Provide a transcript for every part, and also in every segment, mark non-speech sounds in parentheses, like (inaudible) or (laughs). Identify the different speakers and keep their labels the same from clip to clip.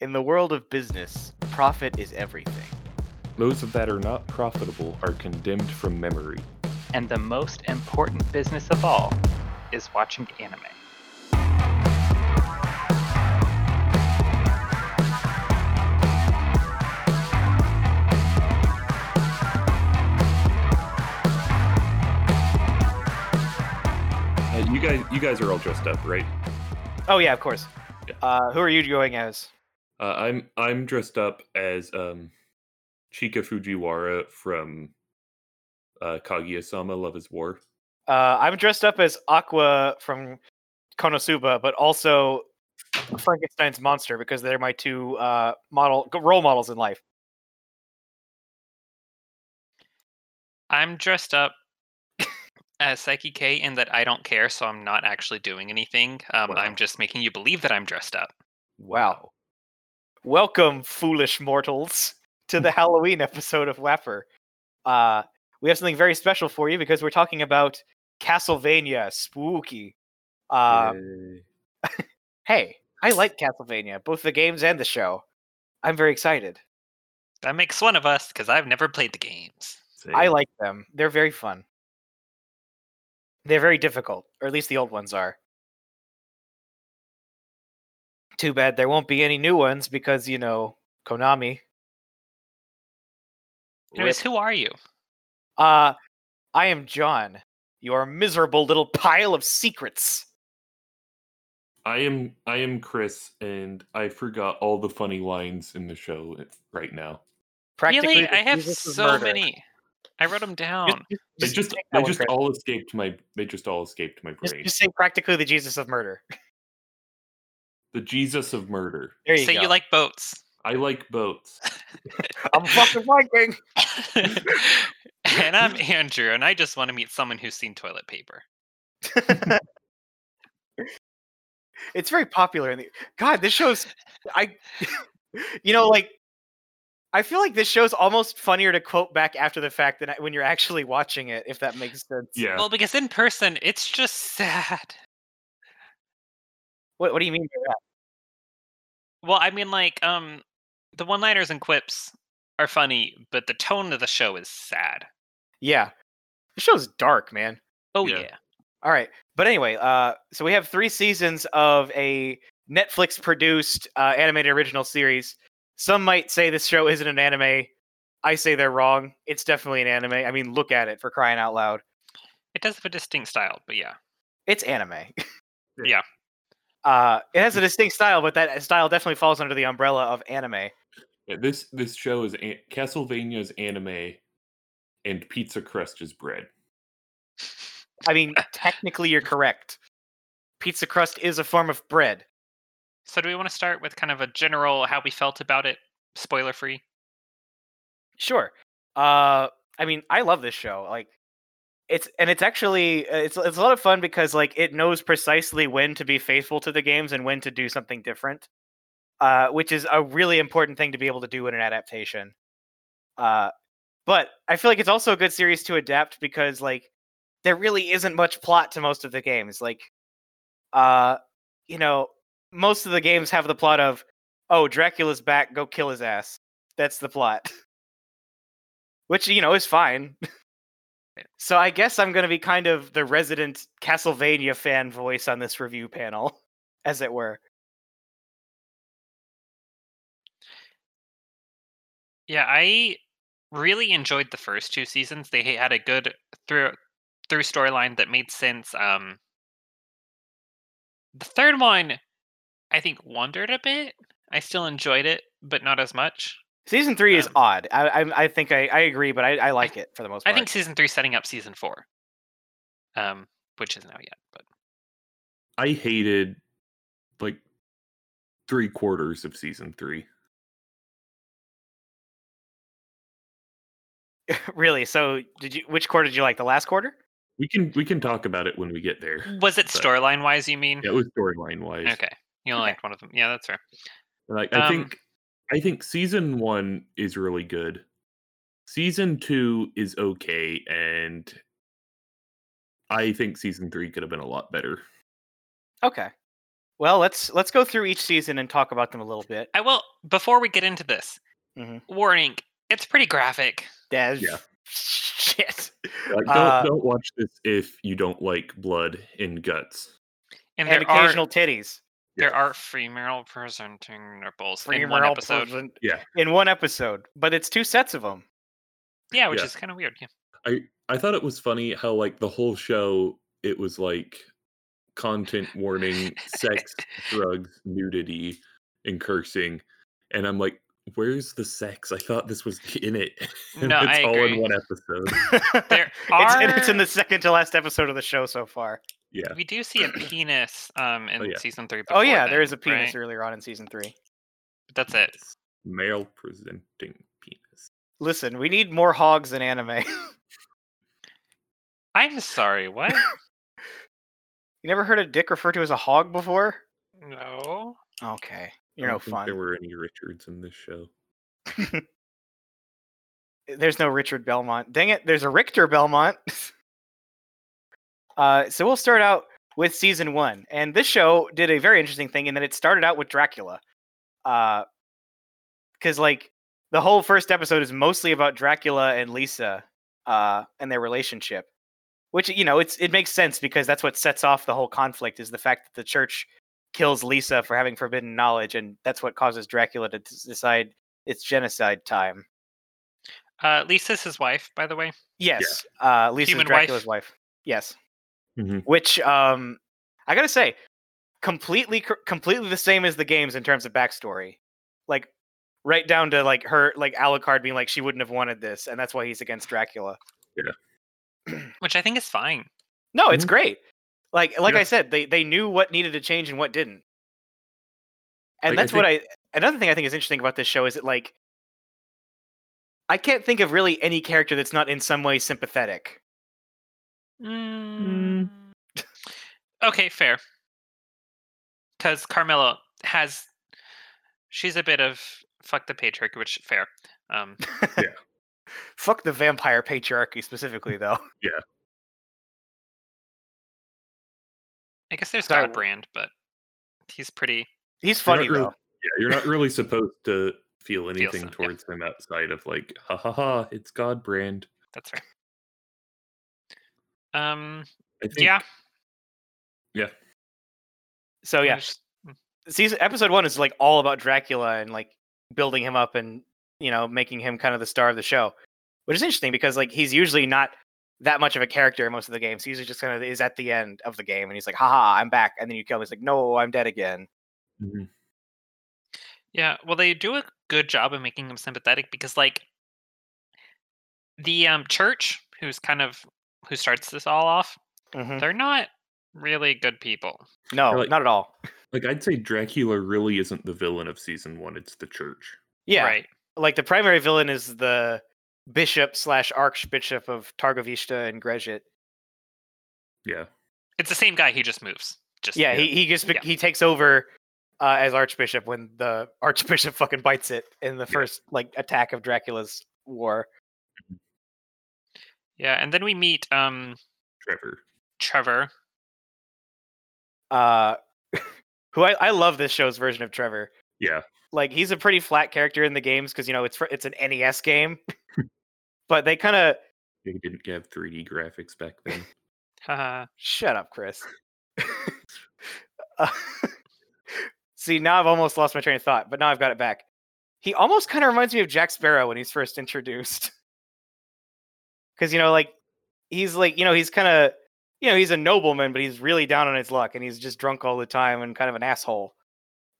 Speaker 1: In the world of business, profit is everything.
Speaker 2: Those that are not profitable are condemned from memory.
Speaker 3: And the most important business of all is watching anime.
Speaker 2: Uh, you guys, you guys are all dressed up, right?
Speaker 1: Oh yeah, of course.
Speaker 2: Yeah.
Speaker 1: Uh, who are you going as?
Speaker 2: Uh, I'm I'm dressed up as um, Chika Fujiwara from uh, Kaguya-sama: Love Is War.
Speaker 1: Uh, I'm dressed up as Aqua from Konosuba, but also Frankenstein's monster because they're my two uh, model role models in life.
Speaker 4: I'm dressed up as Psyche K in that I don't care, so I'm not actually doing anything. Um,
Speaker 2: Wow.
Speaker 4: I'm just making you believe that I'm dressed up.
Speaker 1: Wow. Welcome, foolish mortals, to (laughs) the Halloween episode of Wapper. Uh, we have something very special for you because we're talking about Castlevania Spooky. Uh, Hey, I like Castlevania, both the games and the show. I'm very excited.
Speaker 4: That makes one of us because I've never played the games.
Speaker 1: I like them. They're very fun. They're very difficult, or at least the old ones are. Too bad there won't be any new ones because, you know, Konami.
Speaker 4: Anyways,
Speaker 1: Rip.
Speaker 4: who are you?
Speaker 1: Uh, I am John, your miserable little pile of secrets.
Speaker 2: I am I am Chris, and I forgot all the funny lines in the show it- right now.
Speaker 1: Practically,
Speaker 4: Really?
Speaker 1: the
Speaker 4: I have
Speaker 1: Jesus of
Speaker 4: so
Speaker 1: murder.
Speaker 4: many. I wrote them
Speaker 1: Just,
Speaker 4: down.
Speaker 1: just,
Speaker 2: They
Speaker 1: just
Speaker 2: just
Speaker 1: take that
Speaker 2: they
Speaker 1: one,
Speaker 2: just
Speaker 1: Chris.
Speaker 2: all escaped my they just all escaped my
Speaker 1: Just-
Speaker 2: brain.
Speaker 1: just say practically the Jesus of murder. (laughs)
Speaker 2: The Jesus of Murder.
Speaker 1: There you
Speaker 4: so
Speaker 1: go.
Speaker 4: you like boats.
Speaker 1: (laughs)
Speaker 4: (laughs)
Speaker 2: I like boats.
Speaker 1: I'm fucking liking.
Speaker 4: and I'm Andrew, and I just want to meet someone who's seen toilet paper.
Speaker 1: it's very popular in the god this show's i (laughs) you know like i feel like this show's almost funnier to quote back after the fact than I- when you're actually watching it if that makes sense
Speaker 2: Yeah.
Speaker 4: Well, because in person, it's just sad.
Speaker 1: what, what do you mean by that
Speaker 4: Well, I mean, like, um, the one-liners and quips are funny, but the tone of the show is sad.
Speaker 1: yeah the show's dark man
Speaker 4: Oh
Speaker 2: Yeah.
Speaker 4: yeah.
Speaker 1: all right but anyway uh so we have three seasons of a netflix produced uh, animated original series some might say this show isn't an anime i say they're wrong it's definitely an anime i mean look at it for crying out loud
Speaker 4: it does have a distinct style, but yeah,
Speaker 1: it's anime.
Speaker 4: Yeah.
Speaker 1: Uh, it has a distinct style, but that style definitely falls under the umbrella of anime.
Speaker 2: Yeah, eh, this this show is an- Castlevania's anime, and pizza crust is bread.
Speaker 1: I mean, technically, you're correct. Pizza crust is a form of bread.
Speaker 4: So do we want to start with kind of a general how we felt about it, spoiler free?
Speaker 1: Sure. Uh, I mean, I love this show. Like, it's and it's actually uh, it's it's a lot of fun because like it knows precisely when to be faithful to the games and when to do something different, uh, which is a really important thing to be able to do in an adaptation. Uh, but I feel like it's also a good series to adapt because like there really isn't much plot to most of the games. Like, uh, you know, most of the games have the plot of, oh, Dracula's back, go kill his ass. That's the plot which you know is fine. so I guess I'm going to be kind of the resident Castlevania fan voice on this review panel, (laughs) as it were.
Speaker 4: Yeah, I really enjoyed the first two seasons. They had a good through through storyline that made sense. Um, the third one, I think, wandered a bit. I still enjoyed it, but not as much.
Speaker 1: Season three is
Speaker 4: Um,
Speaker 1: odd. I I, I think I, I agree, but I, I like it for the most
Speaker 4: I
Speaker 1: part.
Speaker 4: think season three setting up season four, um, which isn't out yet. But
Speaker 2: (clears throat) I hated like three quarters of season three.
Speaker 1: (laughs) really. So did you? Which quarter did you like? The last quarter?
Speaker 2: We can we can talk about it when we get there.
Speaker 4: was it
Speaker 2: But-
Speaker 4: storyline wise? You mean?
Speaker 2: (laughs) Yeah, it was storyline wise.
Speaker 4: Okay, you only
Speaker 1: Okay.
Speaker 4: liked one of them. Yeah, that's fair.
Speaker 2: Like I
Speaker 4: Um,
Speaker 2: think I think season one is really good. Season two is okay, and I think season three could have been a lot better.
Speaker 1: Okay. Well, let's let's go through each season and talk about them a little bit.
Speaker 4: I will before we get into this.
Speaker 1: Mhm.
Speaker 4: Warning: It's pretty graphic.
Speaker 1: Des-
Speaker 2: Yeah.
Speaker 1: (laughs) Shit.
Speaker 2: Uh, don't
Speaker 1: Uh,
Speaker 2: don't watch this if you don't like blood and guts.
Speaker 4: And,
Speaker 1: And,
Speaker 4: there
Speaker 1: occasional
Speaker 4: are
Speaker 1: titties.
Speaker 4: there are female presenting nipples in one
Speaker 1: Female
Speaker 4: episode.
Speaker 1: present-
Speaker 2: Yeah.
Speaker 1: In one episode, but it's two sets of them.
Speaker 4: yeah, which
Speaker 2: Yeah.
Speaker 4: is kind
Speaker 1: (laughs)
Speaker 4: of weird. Yeah.
Speaker 2: I thought it was funny how like the whole show it was like content
Speaker 4: (laughs)
Speaker 2: warning, sex, drugs, nudity, and cursing, and I'm like, where's the sex? I thought this was (laughs) in it. And
Speaker 4: No,
Speaker 2: it's
Speaker 4: I
Speaker 2: all
Speaker 4: agree. (laughs)
Speaker 2: in one episode.
Speaker 4: There
Speaker 1: It's,
Speaker 4: are.
Speaker 1: and it's in the second to last episode of the show so far.
Speaker 2: Yeah,
Speaker 4: (clears throat) We do see a penis um in
Speaker 2: Oh, yeah.
Speaker 4: season three.
Speaker 1: Oh
Speaker 4: before
Speaker 1: yeah, there
Speaker 4: then,
Speaker 1: is a penis
Speaker 4: right?
Speaker 1: earlier on in season three.
Speaker 4: That's it.
Speaker 2: male presenting penis.
Speaker 1: Listen, we need more hogs in anime. (laughs) you
Speaker 4: I'm sorry. What?
Speaker 1: never heard a dick referred to as a hog before?
Speaker 4: no.
Speaker 1: Okay,
Speaker 2: I
Speaker 1: you're no
Speaker 2: don't think There
Speaker 1: fun.
Speaker 2: were any Richards in this show.
Speaker 1: There's no Richard Belmont. Dang it, there's a Richter Belmont. (laughs) uh, so we'll start out with season one, and this show did a very interesting thing in that it started out with Dracula, because like the whole first episode is mostly about Dracula and Lisa uh, and their relationship, which you know it's it makes sense because that's what sets off the whole conflict is the fact that the church kills Lisa for having forbidden knowledge, and that's what causes Dracula to d- decide it's genocide time.
Speaker 4: Uh, Lisa's his wife, by the way.
Speaker 1: Yes, uh, Lisa's
Speaker 4: Human wife.
Speaker 1: Dracula's wife. Yes,
Speaker 2: Mhm.
Speaker 1: which um, I gotta say, completely cor- completely the same as the games in terms of backstory, like right down to like her like Alucard being like she wouldn't have wanted this, and that's why he's against Dracula.
Speaker 4: which I think is fine.
Speaker 1: No, it's
Speaker 2: Mhm.
Speaker 1: great. Like like
Speaker 2: Yeah.
Speaker 1: I said, they they knew what needed to change and what didn't. And
Speaker 2: Like, I
Speaker 1: that's what I another thing I think is interesting about this show is that like I can't think of really any character that's not in some way sympathetic.
Speaker 4: Mm.
Speaker 1: Mm.
Speaker 4: Okay, fair. Because Carmela has, she's a bit of fuck the patriarchy, which fair. Um,
Speaker 1: Fuck the vampire patriarchy specifically though. (laughs)
Speaker 4: I guess there's
Speaker 1: Sorry,
Speaker 4: God
Speaker 1: wh-
Speaker 4: Brand, but he's pretty.
Speaker 1: He's
Speaker 2: You're not
Speaker 1: funny
Speaker 2: really-
Speaker 1: though.
Speaker 2: Yeah, you're not really supposed to feel anything
Speaker 4: some- yeah.
Speaker 2: towards him outside of like, ha ha ha, it's God brand.
Speaker 4: That's fair. Um,
Speaker 2: I think
Speaker 4: yeah.
Speaker 1: So yeah,
Speaker 4: there's-
Speaker 1: season episode 1 is like all about Dracula and like building him up and you know making him kind of the star of the show. Which is interesting because like he's usually not that much of a character in most of the games. He usually just kind of is at the end of the game and he's like, haha, I'm back. And then you kill him. He's like, no, I'm dead again.
Speaker 2: Mhm.
Speaker 4: Yeah, well, they do a good job of making him sympathetic because, like, the um, church, who's kind of who starts this all off,
Speaker 1: Mhm.
Speaker 4: they're not really good people.
Speaker 1: No,
Speaker 2: like-
Speaker 1: not at all.
Speaker 2: Like I'd say Dracula really isn't the villain of season one, it's the church.
Speaker 1: Yeah.
Speaker 4: Right.
Speaker 1: Like the primary villain is the bishop slash archbishop of Targovista and Grezhit.
Speaker 2: Yeah.
Speaker 4: It's the same guy. He just moves. Just
Speaker 1: Yeah, He, he just bec-
Speaker 4: Yeah.
Speaker 1: he takes over uh, as archbishop when the (laughs) archbishop fucking bites it in the first like attack of Dracula's war.
Speaker 4: yeah. And then we meet um
Speaker 2: Trevor.
Speaker 4: Trevor.
Speaker 1: Uh, (laughs) who I, I love this show's version of Trevor.
Speaker 2: Yeah.
Speaker 1: like he's a pretty flat character in the games because you know it's fr- it's an NES game, but they kind of
Speaker 2: They didn't have 3D graphics back then.
Speaker 4: Haha.
Speaker 1: shut up, Chris. (laughs) Uh, See, now I've almost lost my train of thought, but now I've got it back. He almost kind of reminds me of Jack Sparrow when he's first introduced, (laughs) because you know, like he's like you know he's kind of you know he's a nobleman, but he's really down on his luck and he's just drunk all the time and kind of an asshole.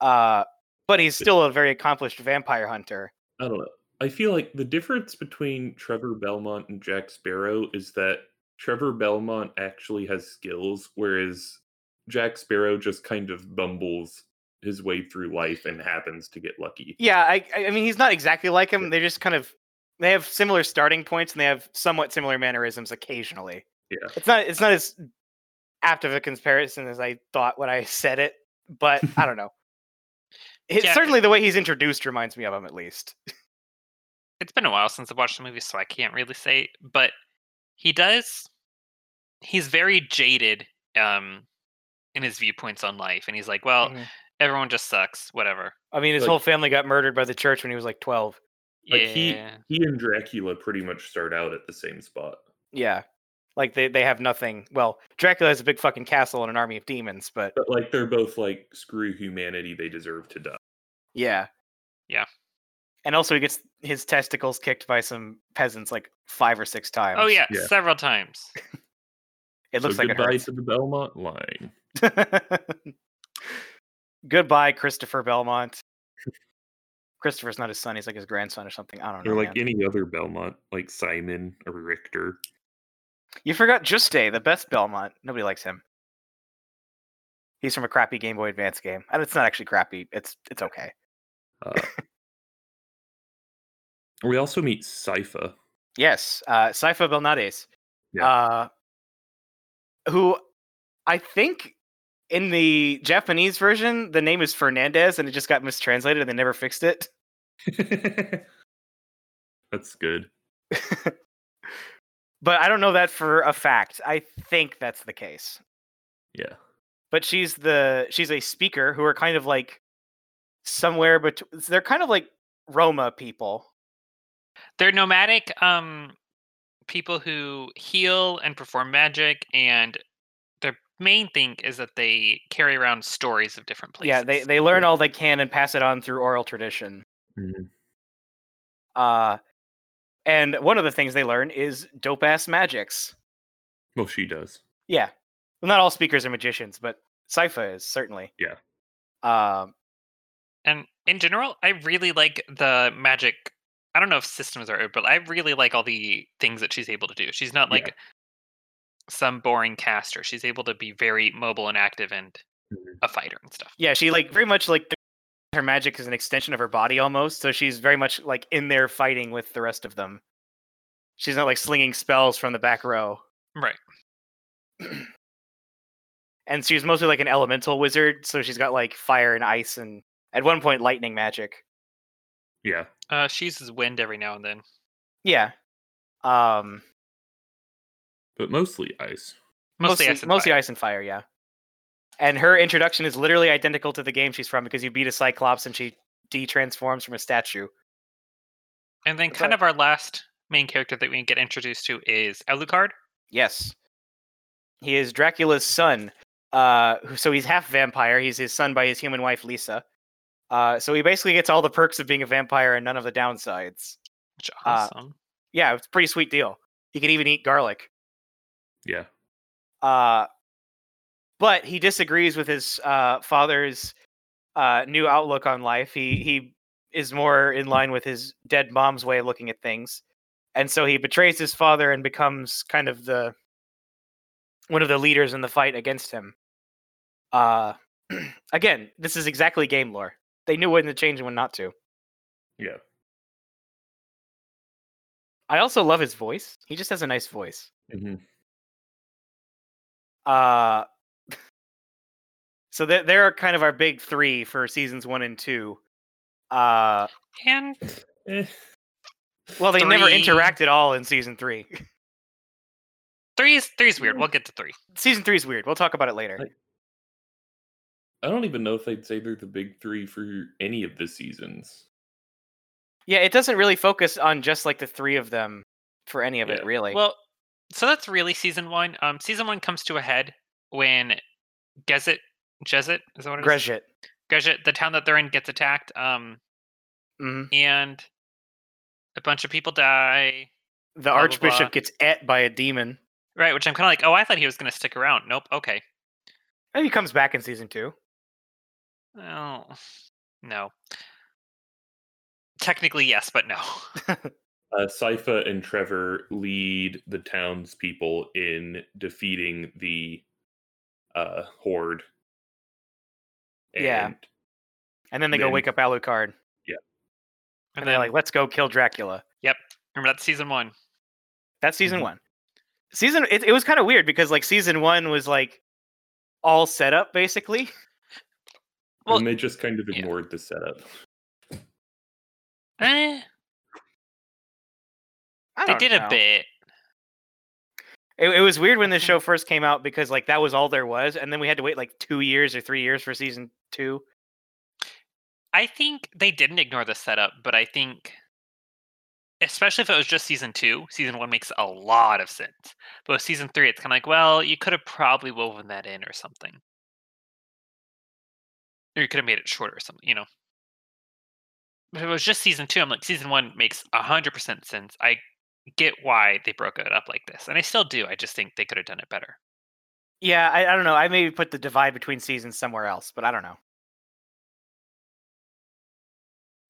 Speaker 1: Uh, but he's still a very accomplished vampire hunter.
Speaker 2: (laughs) I don't know. I feel like the difference between Trevor Belmont and Jack Sparrow is that Trevor Belmont actually has skills, whereas Jack Sparrow just kind of bumbles his way through life and happens to get lucky.
Speaker 1: Yeah, I I I mean he's not exactly like him. They're just kind of they have similar starting points and they have somewhat similar mannerisms occasionally.
Speaker 2: Yeah.
Speaker 1: It's not it's not as apt of a comparison as I thought when I (laughs) said it, but I don't know. It,
Speaker 4: Yeah.
Speaker 1: Certainly the way he's introduced reminds me of him at least.
Speaker 4: it's been a while since I've watched the movie, so I can't really say. But he does. He's very jaded. Um, in his viewpoints on life, and he's like, "Well,
Speaker 1: Mhm.
Speaker 4: everyone just sucks. Whatever."
Speaker 1: I mean, his
Speaker 2: Like-
Speaker 1: whole family got murdered by the church when he was like twelve.
Speaker 2: Like
Speaker 4: yeah.
Speaker 2: he he and Dracula pretty much start out at the same spot.
Speaker 1: Yeah, like they they have nothing. Well, Dracula has a big fucking castle and an army of demons, but
Speaker 2: But like they're both like screw humanity, they deserve to die.
Speaker 1: yeah,
Speaker 4: Yeah.
Speaker 1: And also, he gets his testicles kicked by some peasants like five or six times.
Speaker 4: oh yeah,
Speaker 2: Yeah.
Speaker 4: several times.
Speaker 1: it looks
Speaker 2: so
Speaker 1: like it
Speaker 2: goodbye
Speaker 1: hurts.
Speaker 2: to the Belmont line.
Speaker 1: (laughs) goodbye, Christopher Belmont. Christopher's not his son; he's like his grandson or something. I don't know.
Speaker 2: Or like
Speaker 1: man.
Speaker 2: any other Belmont, like Simon or Richter.
Speaker 1: You forgot Juste, the best Belmont. Nobody likes him. He's from a crappy Game Boy Advance game, and it's not actually crappy. It's it's okay.
Speaker 2: Uh, we also meet Sypha.
Speaker 4: (laughs)
Speaker 1: Yes, uh, Saifa Belnades,
Speaker 2: Yeah.
Speaker 1: uh, who I think in the Japanese version the name is Fernandez, and it just got mistranslated, and they never fixed it. (laughs)
Speaker 2: That's good.
Speaker 1: But I don't know that for a fact. I think that's the case.
Speaker 2: Yeah.
Speaker 1: but she's the she's a speaker who are kind of like somewhere between they're kind of like roma people
Speaker 4: They're nomadic um people who heal and perform magic and their main thing is that they carry around stories of different places.
Speaker 1: yeah they, they learn all they can and pass it on through oral tradition
Speaker 2: Mhm.
Speaker 1: uh and one of the things they learn is dope ass magics
Speaker 2: Well, she does.
Speaker 1: yeah well, not all speakers are magicians but Sypha is certainly
Speaker 2: Yeah.
Speaker 1: um
Speaker 4: and in general, I really like the magic I don't know if systems are it, but I really like all the things that she's able to do. She's not
Speaker 2: Yeah.
Speaker 4: like some boring caster. She's able to be very mobile and active and
Speaker 1: Mm-hmm.
Speaker 2: Mhm.
Speaker 4: a fighter and stuff.
Speaker 1: yeah she like very much like her magic is an extension of her body almost so she's very much like in there fighting with the rest of them she's not like slinging spells from the back row
Speaker 4: Right.
Speaker 1: and she's mostly like an elemental wizard so she's got like fire and ice and at one point lightning magic
Speaker 2: Yeah.
Speaker 4: Uh, she uses wind every now and then.
Speaker 1: yeah um
Speaker 2: But mostly ice.
Speaker 4: Mostly, ice and
Speaker 1: mostly
Speaker 4: fire.
Speaker 1: ice and fire yeah and her introduction is literally identical to the game she's from because you beat a cyclops and she de-transforms from a statue
Speaker 4: And then
Speaker 1: But
Speaker 4: kind
Speaker 1: that-
Speaker 4: of our last main character that we get introduced to is Alucard.
Speaker 1: Yes. He is Dracula's son. Uh, who- so he's half vampire. He's his son by his human wife, Lisa. Uh, so he basically gets all the perks of being a vampire and none of the downsides.
Speaker 4: Which
Speaker 1: Uh,
Speaker 4: awesome.
Speaker 1: Yeah, it's a pretty sweet deal. He can even eat garlic.
Speaker 2: Yeah.
Speaker 1: Uh, but he disagrees with his uh, father's uh, new outlook on life. He he is more in line with his dead mom's way of looking at things, and so he betrays his father and becomes kind of the one of the leaders in the fight against him. Uh, (clears throat) again, this is exactly game lore. They knew when to change and when not to.
Speaker 2: Yeah.
Speaker 1: I also love his voice. He just has a nice voice.
Speaker 4: Mm-hmm.
Speaker 2: hmm
Speaker 1: Uh, (laughs) so there, there are kind of our big three for seasons one and two. Uh,
Speaker 4: and Eh.
Speaker 1: well, they never
Speaker 4: Three.
Speaker 1: interact at all in season three. (laughs)
Speaker 4: three is three's
Speaker 1: Hmm.
Speaker 4: weird. We'll get to three.
Speaker 1: season three is weird. We'll talk about it later.
Speaker 2: Right. I don't even know if they'd say they're the big three for any of the seasons.
Speaker 1: Yeah, it doesn't really focus on just like the three of them for any of
Speaker 2: Yeah.
Speaker 1: it, really.
Speaker 4: Well, so that's really season one. Um, season one comes to a head when Gezit, Jezit is that what it is?
Speaker 1: Greshit.
Speaker 4: Gezit, the town that they're in, gets attacked. Um,
Speaker 1: hmm
Speaker 4: and a bunch of people die.
Speaker 1: The
Speaker 4: blah,
Speaker 1: Archbishop
Speaker 4: blah.
Speaker 1: gets et by a demon.
Speaker 4: Right, which I'm kind of like, oh, I thought he was going to stick around. Nope. Okay.
Speaker 1: And he comes back in season two.
Speaker 4: Oh, no. Technically, yes, but no. (laughs)
Speaker 2: Uh, Sypha and Trevor lead the townspeople in defeating the uh, horde.
Speaker 1: Yeah. And then they go
Speaker 2: Then-
Speaker 1: wake up Alucard.
Speaker 4: And
Speaker 1: And they're
Speaker 4: then,
Speaker 1: like, let's go kill Dracula.
Speaker 4: remember that's season one.
Speaker 1: That's season
Speaker 2: Mhm.
Speaker 4: Mm-hmm.
Speaker 1: one. Season it, it was kind of weird because like season one was like all set up basically.
Speaker 4: Well,
Speaker 2: and they just kind of
Speaker 4: yeah.
Speaker 2: ignored the setup.
Speaker 4: Eh,
Speaker 1: (laughs) I
Speaker 4: they
Speaker 1: don't
Speaker 4: Eh, did
Speaker 1: know.
Speaker 4: a bit.
Speaker 1: It, it was weird when
Speaker 4: Mm-hmm.
Speaker 1: this show first came out because like that was all there was, and then we had to wait like two years or three years for season two.
Speaker 4: I think they didn't ignore the setup, but I think, especially if it was just season two, season one makes a lot of sense. But with season three, it's kind of like, well, you could have probably woven that in or something. Or you could have made it shorter or something, you know. But if it was just season two, I'm like, season one makes 100% sense. I get why they broke it up like this. And I still do. I just think they could have done it better.
Speaker 1: Yeah, I, I don't know. I maybe put the divide between seasons somewhere else, but I don't know.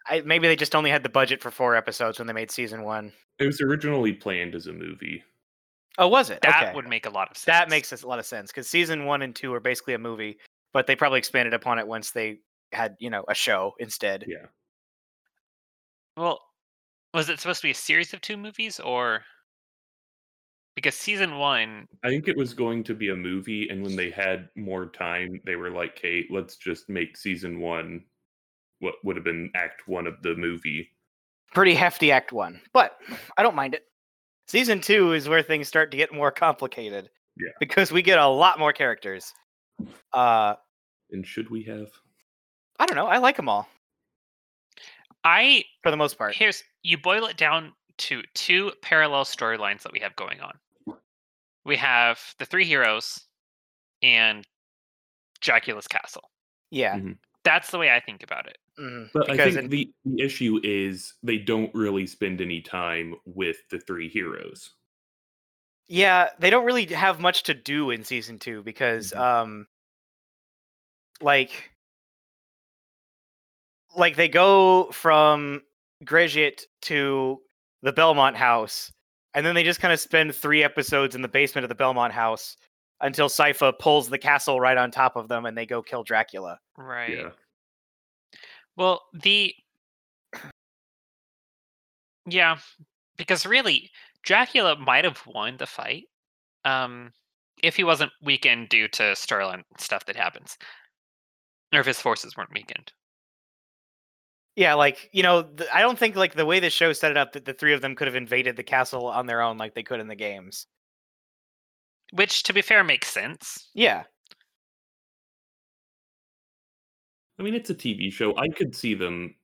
Speaker 1: I, maybe they just only had the budget for four episodes when they made season one.
Speaker 2: It was originally planned as a movie.
Speaker 1: Oh, was it?
Speaker 4: That
Speaker 1: Okay.
Speaker 4: would make a lot of sense.
Speaker 1: that makes a lot of sense because season one and two are basically a movie, but they probably expanded upon it once they had you know a show instead.
Speaker 2: Yeah.
Speaker 4: Well, was it supposed to be a series of two movies or because season one?
Speaker 2: I think it was going to be a movie, and when they had more time, they were like, "Hey, let's just make season one what would have been Act One of the movie."
Speaker 1: Pretty hefty act one, but I don't mind it. Season two is where things start to get more complicated.
Speaker 2: Yeah.
Speaker 1: Because we get a lot more characters. Uh,
Speaker 2: And should we have?
Speaker 1: I don't know. I like them all
Speaker 4: I
Speaker 1: for the most part.
Speaker 4: here's you boil it down to two parallel storylines that we have going on. We have the three heroes and Dracula's castle.
Speaker 1: Yeah.
Speaker 4: That's the way I think about it.
Speaker 1: mhm,
Speaker 2: But I
Speaker 1: Because
Speaker 2: think
Speaker 1: in-
Speaker 2: the, the issue is they don't really spend any time with the three heroes.
Speaker 1: yeah, they don't really have much to do in season two because,
Speaker 2: Mhm.
Speaker 1: um, like, like they go from Grigit to the Belmont house, and then they just kind of spend three episodes in the basement of the Belmont house until Sypha pulls the castle right on top of them and they go kill Dracula.
Speaker 4: Right.
Speaker 2: Yeah.
Speaker 4: Well, the yeah, because really, Dracula might have won the fight, um, if he wasn't weakened due to Sterling stuff that happens, or if his forces weren't weakened.
Speaker 1: Yeah, like you know, th- I don't think like the way the show set it up that the three of them could have invaded the castle on their own like they could in the games.
Speaker 4: Which, to be fair, makes sense.
Speaker 1: Yeah,
Speaker 2: I mean, it's a TV show. I could see them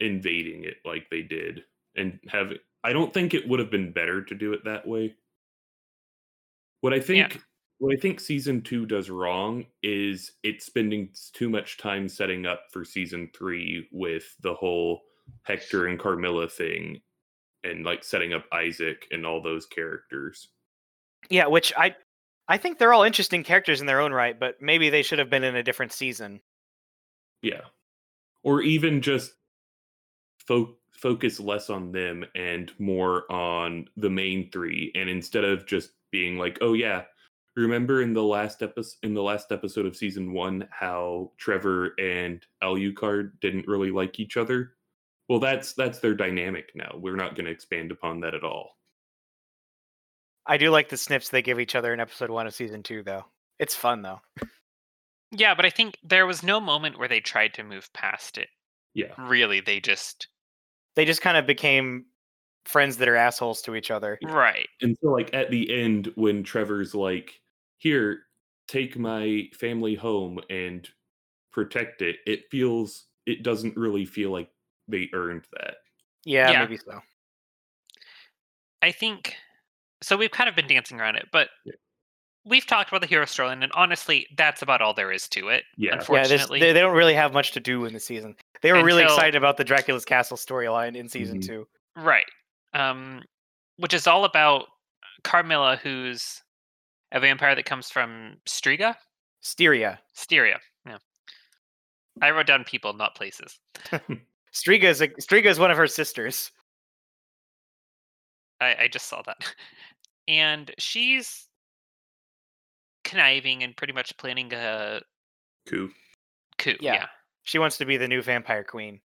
Speaker 2: invading it like they did and have it- I don't think it would have been better to do it that way. What I think what I think season 2 does wrong is it's spending s- too much time setting up for season 3 with the whole Hector and Carmilla thing and like setting up Isaac and all those characters.
Speaker 1: Yeah, which I I think they're all interesting characters in their own right, but maybe they should have been in a different season.
Speaker 2: Yeah. Or even just fo- focus less on them and more on the main three and instead of just being like, "Oh yeah, remember in the last episode in the last episode of season 1 how Trevor and Alucard didn't really like each other?" Well, that's that's their dynamic now. We're not going to expand upon that at all.
Speaker 1: I do like the snips they give each other in episode 1 of season 2 though. It's fun though.
Speaker 4: Yeah, but I think there was no moment where they tried to move past it.
Speaker 2: Yeah.
Speaker 4: Really, they just
Speaker 1: They just kind of became friends that are assholes to each other.
Speaker 4: right.
Speaker 2: And so, like at the end, when Trevor's like, "Here, take my family home and protect it," it feels it doesn't really feel like they earned that.
Speaker 1: Yeah,
Speaker 4: Yeah.
Speaker 1: maybe so.
Speaker 4: I think so. We've kind of been dancing around it, but
Speaker 2: Yeah.
Speaker 4: we've talked about the hero storyline, and honestly, that's about all there is to it.
Speaker 1: Yeah,
Speaker 2: Yeah.
Speaker 1: there's-
Speaker 4: unfortunately.
Speaker 1: they, they don't really have much to do in the season. They were really
Speaker 4: Until-
Speaker 1: excited about the Dracula's Castle storyline in season
Speaker 2: Mhm.
Speaker 1: 2.
Speaker 4: Right. Um, which is all about Carmilla, who's a vampire that comes from Striga?
Speaker 1: Styria.
Speaker 4: Styria. Yeah. I wrote down people, not places.
Speaker 1: Striga is a, Striga is one of her sisters.
Speaker 4: I, I just saw that. (laughs) And she's conniving and pretty much planning a
Speaker 2: Cool.
Speaker 4: coup.
Speaker 1: Yeah.
Speaker 4: Yeah.
Speaker 1: She wants to be the new vampire queen.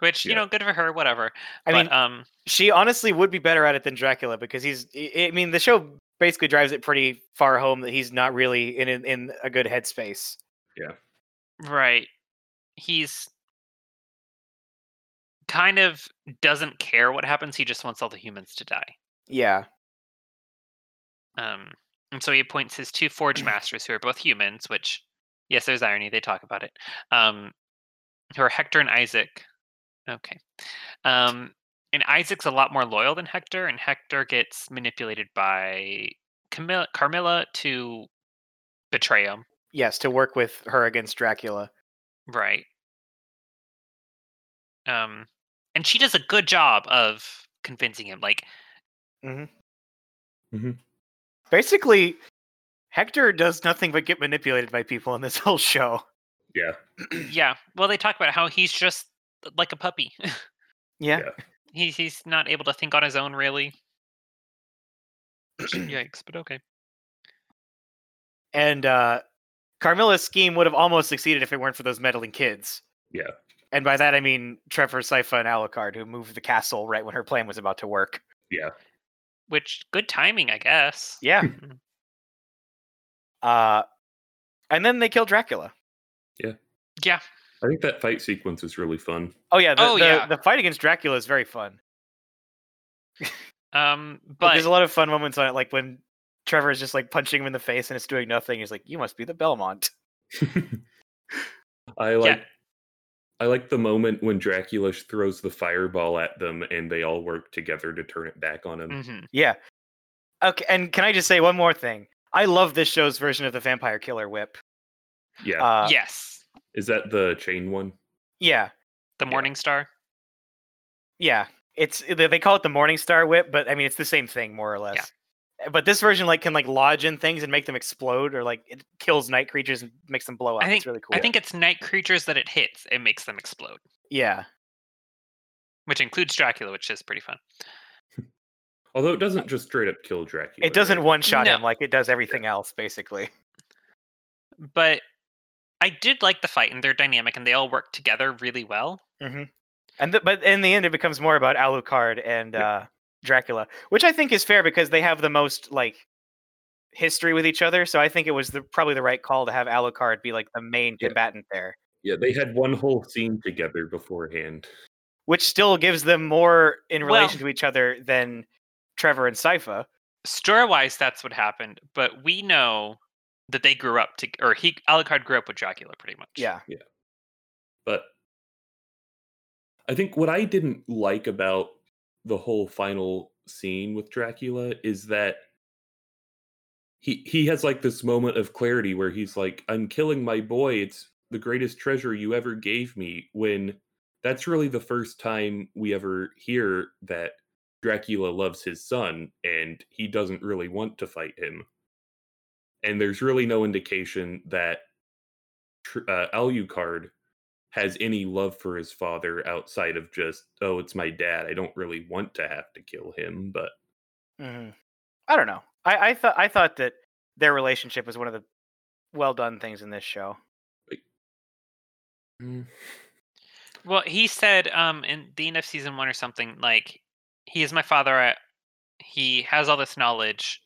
Speaker 4: Which, you
Speaker 2: Yeah.
Speaker 4: know, good for her, whatever.
Speaker 1: I
Speaker 4: but
Speaker 1: mean,
Speaker 4: um
Speaker 1: she honestly would be better at it than Dracula because he's. I I mean, the show basically drives it pretty far home that he's not really in in, in a good headspace.
Speaker 4: right. He's kind of doesn't care what happens, he just wants all the humans to die.
Speaker 1: Yeah,
Speaker 4: Um, and so he appoints his two Forge Masters, who are both humans, which, yes, there's irony. They talk about it. Um, who are Hector and Isaac. Okay. Um, and Isaac's a lot more loyal than Hector, and Hector gets manipulated by Camilla, Carmilla to betray him.
Speaker 1: Yes, to work with her against Dracula.
Speaker 4: Right. Um, and she does a good job of convincing him.
Speaker 1: (clears throat)
Speaker 4: Like,
Speaker 1: Basically, Hector does nothing but get manipulated by people in this (laughs) whole show.
Speaker 2: Yeah.
Speaker 4: yeah. Well, they talk about how he's just uh, like a puppy. (laughs)
Speaker 1: Yeah.
Speaker 2: Yeah.
Speaker 4: he's he's not able to think on his own really.
Speaker 1: (clears throat)
Speaker 4: Yikes! But okay.
Speaker 1: And uh, Carmilla's scheme would have almost succeeded if it weren't for those meddling kids.
Speaker 2: Yeah.
Speaker 1: And by that I mean Trevor, Sypha, and Alucard, who moved the castle right when her plan was about to work.
Speaker 4: Which good timing, I guess.
Speaker 1: Yeah.
Speaker 4: Mhm.
Speaker 1: (laughs) Uh, and then they kill Dracula.
Speaker 4: Yeah.
Speaker 2: I think that fight sequence is really fun.
Speaker 1: Oh yeah, the,
Speaker 4: Oh,
Speaker 1: the,
Speaker 4: yeah.
Speaker 1: the fight against Dracula is very fun.
Speaker 4: Um.
Speaker 1: Like,
Speaker 4: But
Speaker 1: there's a lot of fun moments on it, like when Trevor is just like punching him in the face and it's doing nothing. He's like, "You must be the Belmont." (laughs)
Speaker 2: I like I like the moment when Dracula sh- throws the fireball at them and they all work together to turn it back on him.
Speaker 1: Mm.
Speaker 4: mhm.
Speaker 1: Yeah. Okay, and can I just say one more thing? I love this show's version of the Vampire Killer Whip.
Speaker 2: Yeah.
Speaker 1: Uh,
Speaker 4: yes,
Speaker 2: is that the chain one?
Speaker 1: yeah,
Speaker 4: the Morning Star.
Speaker 1: yeah. It's they they call it the Morning Star Whip, but I mean it's the same thing more or less. Uh, But this version like can like lodge in things and make them explode, or like it kills night creatures and makes them blow up.
Speaker 4: I
Speaker 1: it's
Speaker 4: think-
Speaker 1: really cool.
Speaker 4: I think it's night creatures that it hits. It makes them explode,
Speaker 1: yeah,
Speaker 4: which includes Dracula, which is pretty fun.
Speaker 2: Although it doesn't just straight up kill Dracula.
Speaker 1: it doesn't
Speaker 2: right?
Speaker 1: one shot
Speaker 4: No.
Speaker 1: him like it does everything else, basically.
Speaker 4: But I did like the fight and their dynamic, and they all work together really well.
Speaker 1: And th- but in the end, it becomes more about Alucard and uh, Dracula, which I think is fair because they have the most like history with each other. So I think it was the, probably the right call to have Alucard be like the main
Speaker 2: Yeah.
Speaker 1: combatant there,
Speaker 2: Yeah, they had one whole scene together beforehand.
Speaker 1: which still gives them more in
Speaker 4: Well-
Speaker 1: relation to each other than Trevor and Sypha.
Speaker 4: story wise, that's what happened. But we know that they grew up to, or he Alucard grew up with Dracula, pretty much.
Speaker 1: Yeah,
Speaker 2: But I think what I didn't like about the whole final scene with Dracula is that he he has like this moment of clarity where he's like, I'm killing my boy, it's the greatest treasure you ever gave me, when that's really the first time we ever hear that Dracula loves his son and he doesn't really want to fight him. And there's really no indication that tr- uh, Alucard has any love for his father outside of just oh it's my dad i don't really want to have to kill him but
Speaker 1: hmm I don't know. I, I thought I thought that their relationship was one of the well done things in this show.
Speaker 4: Well, he said um in the end of season one or something like, "He is my father. I, he has all this knowledge,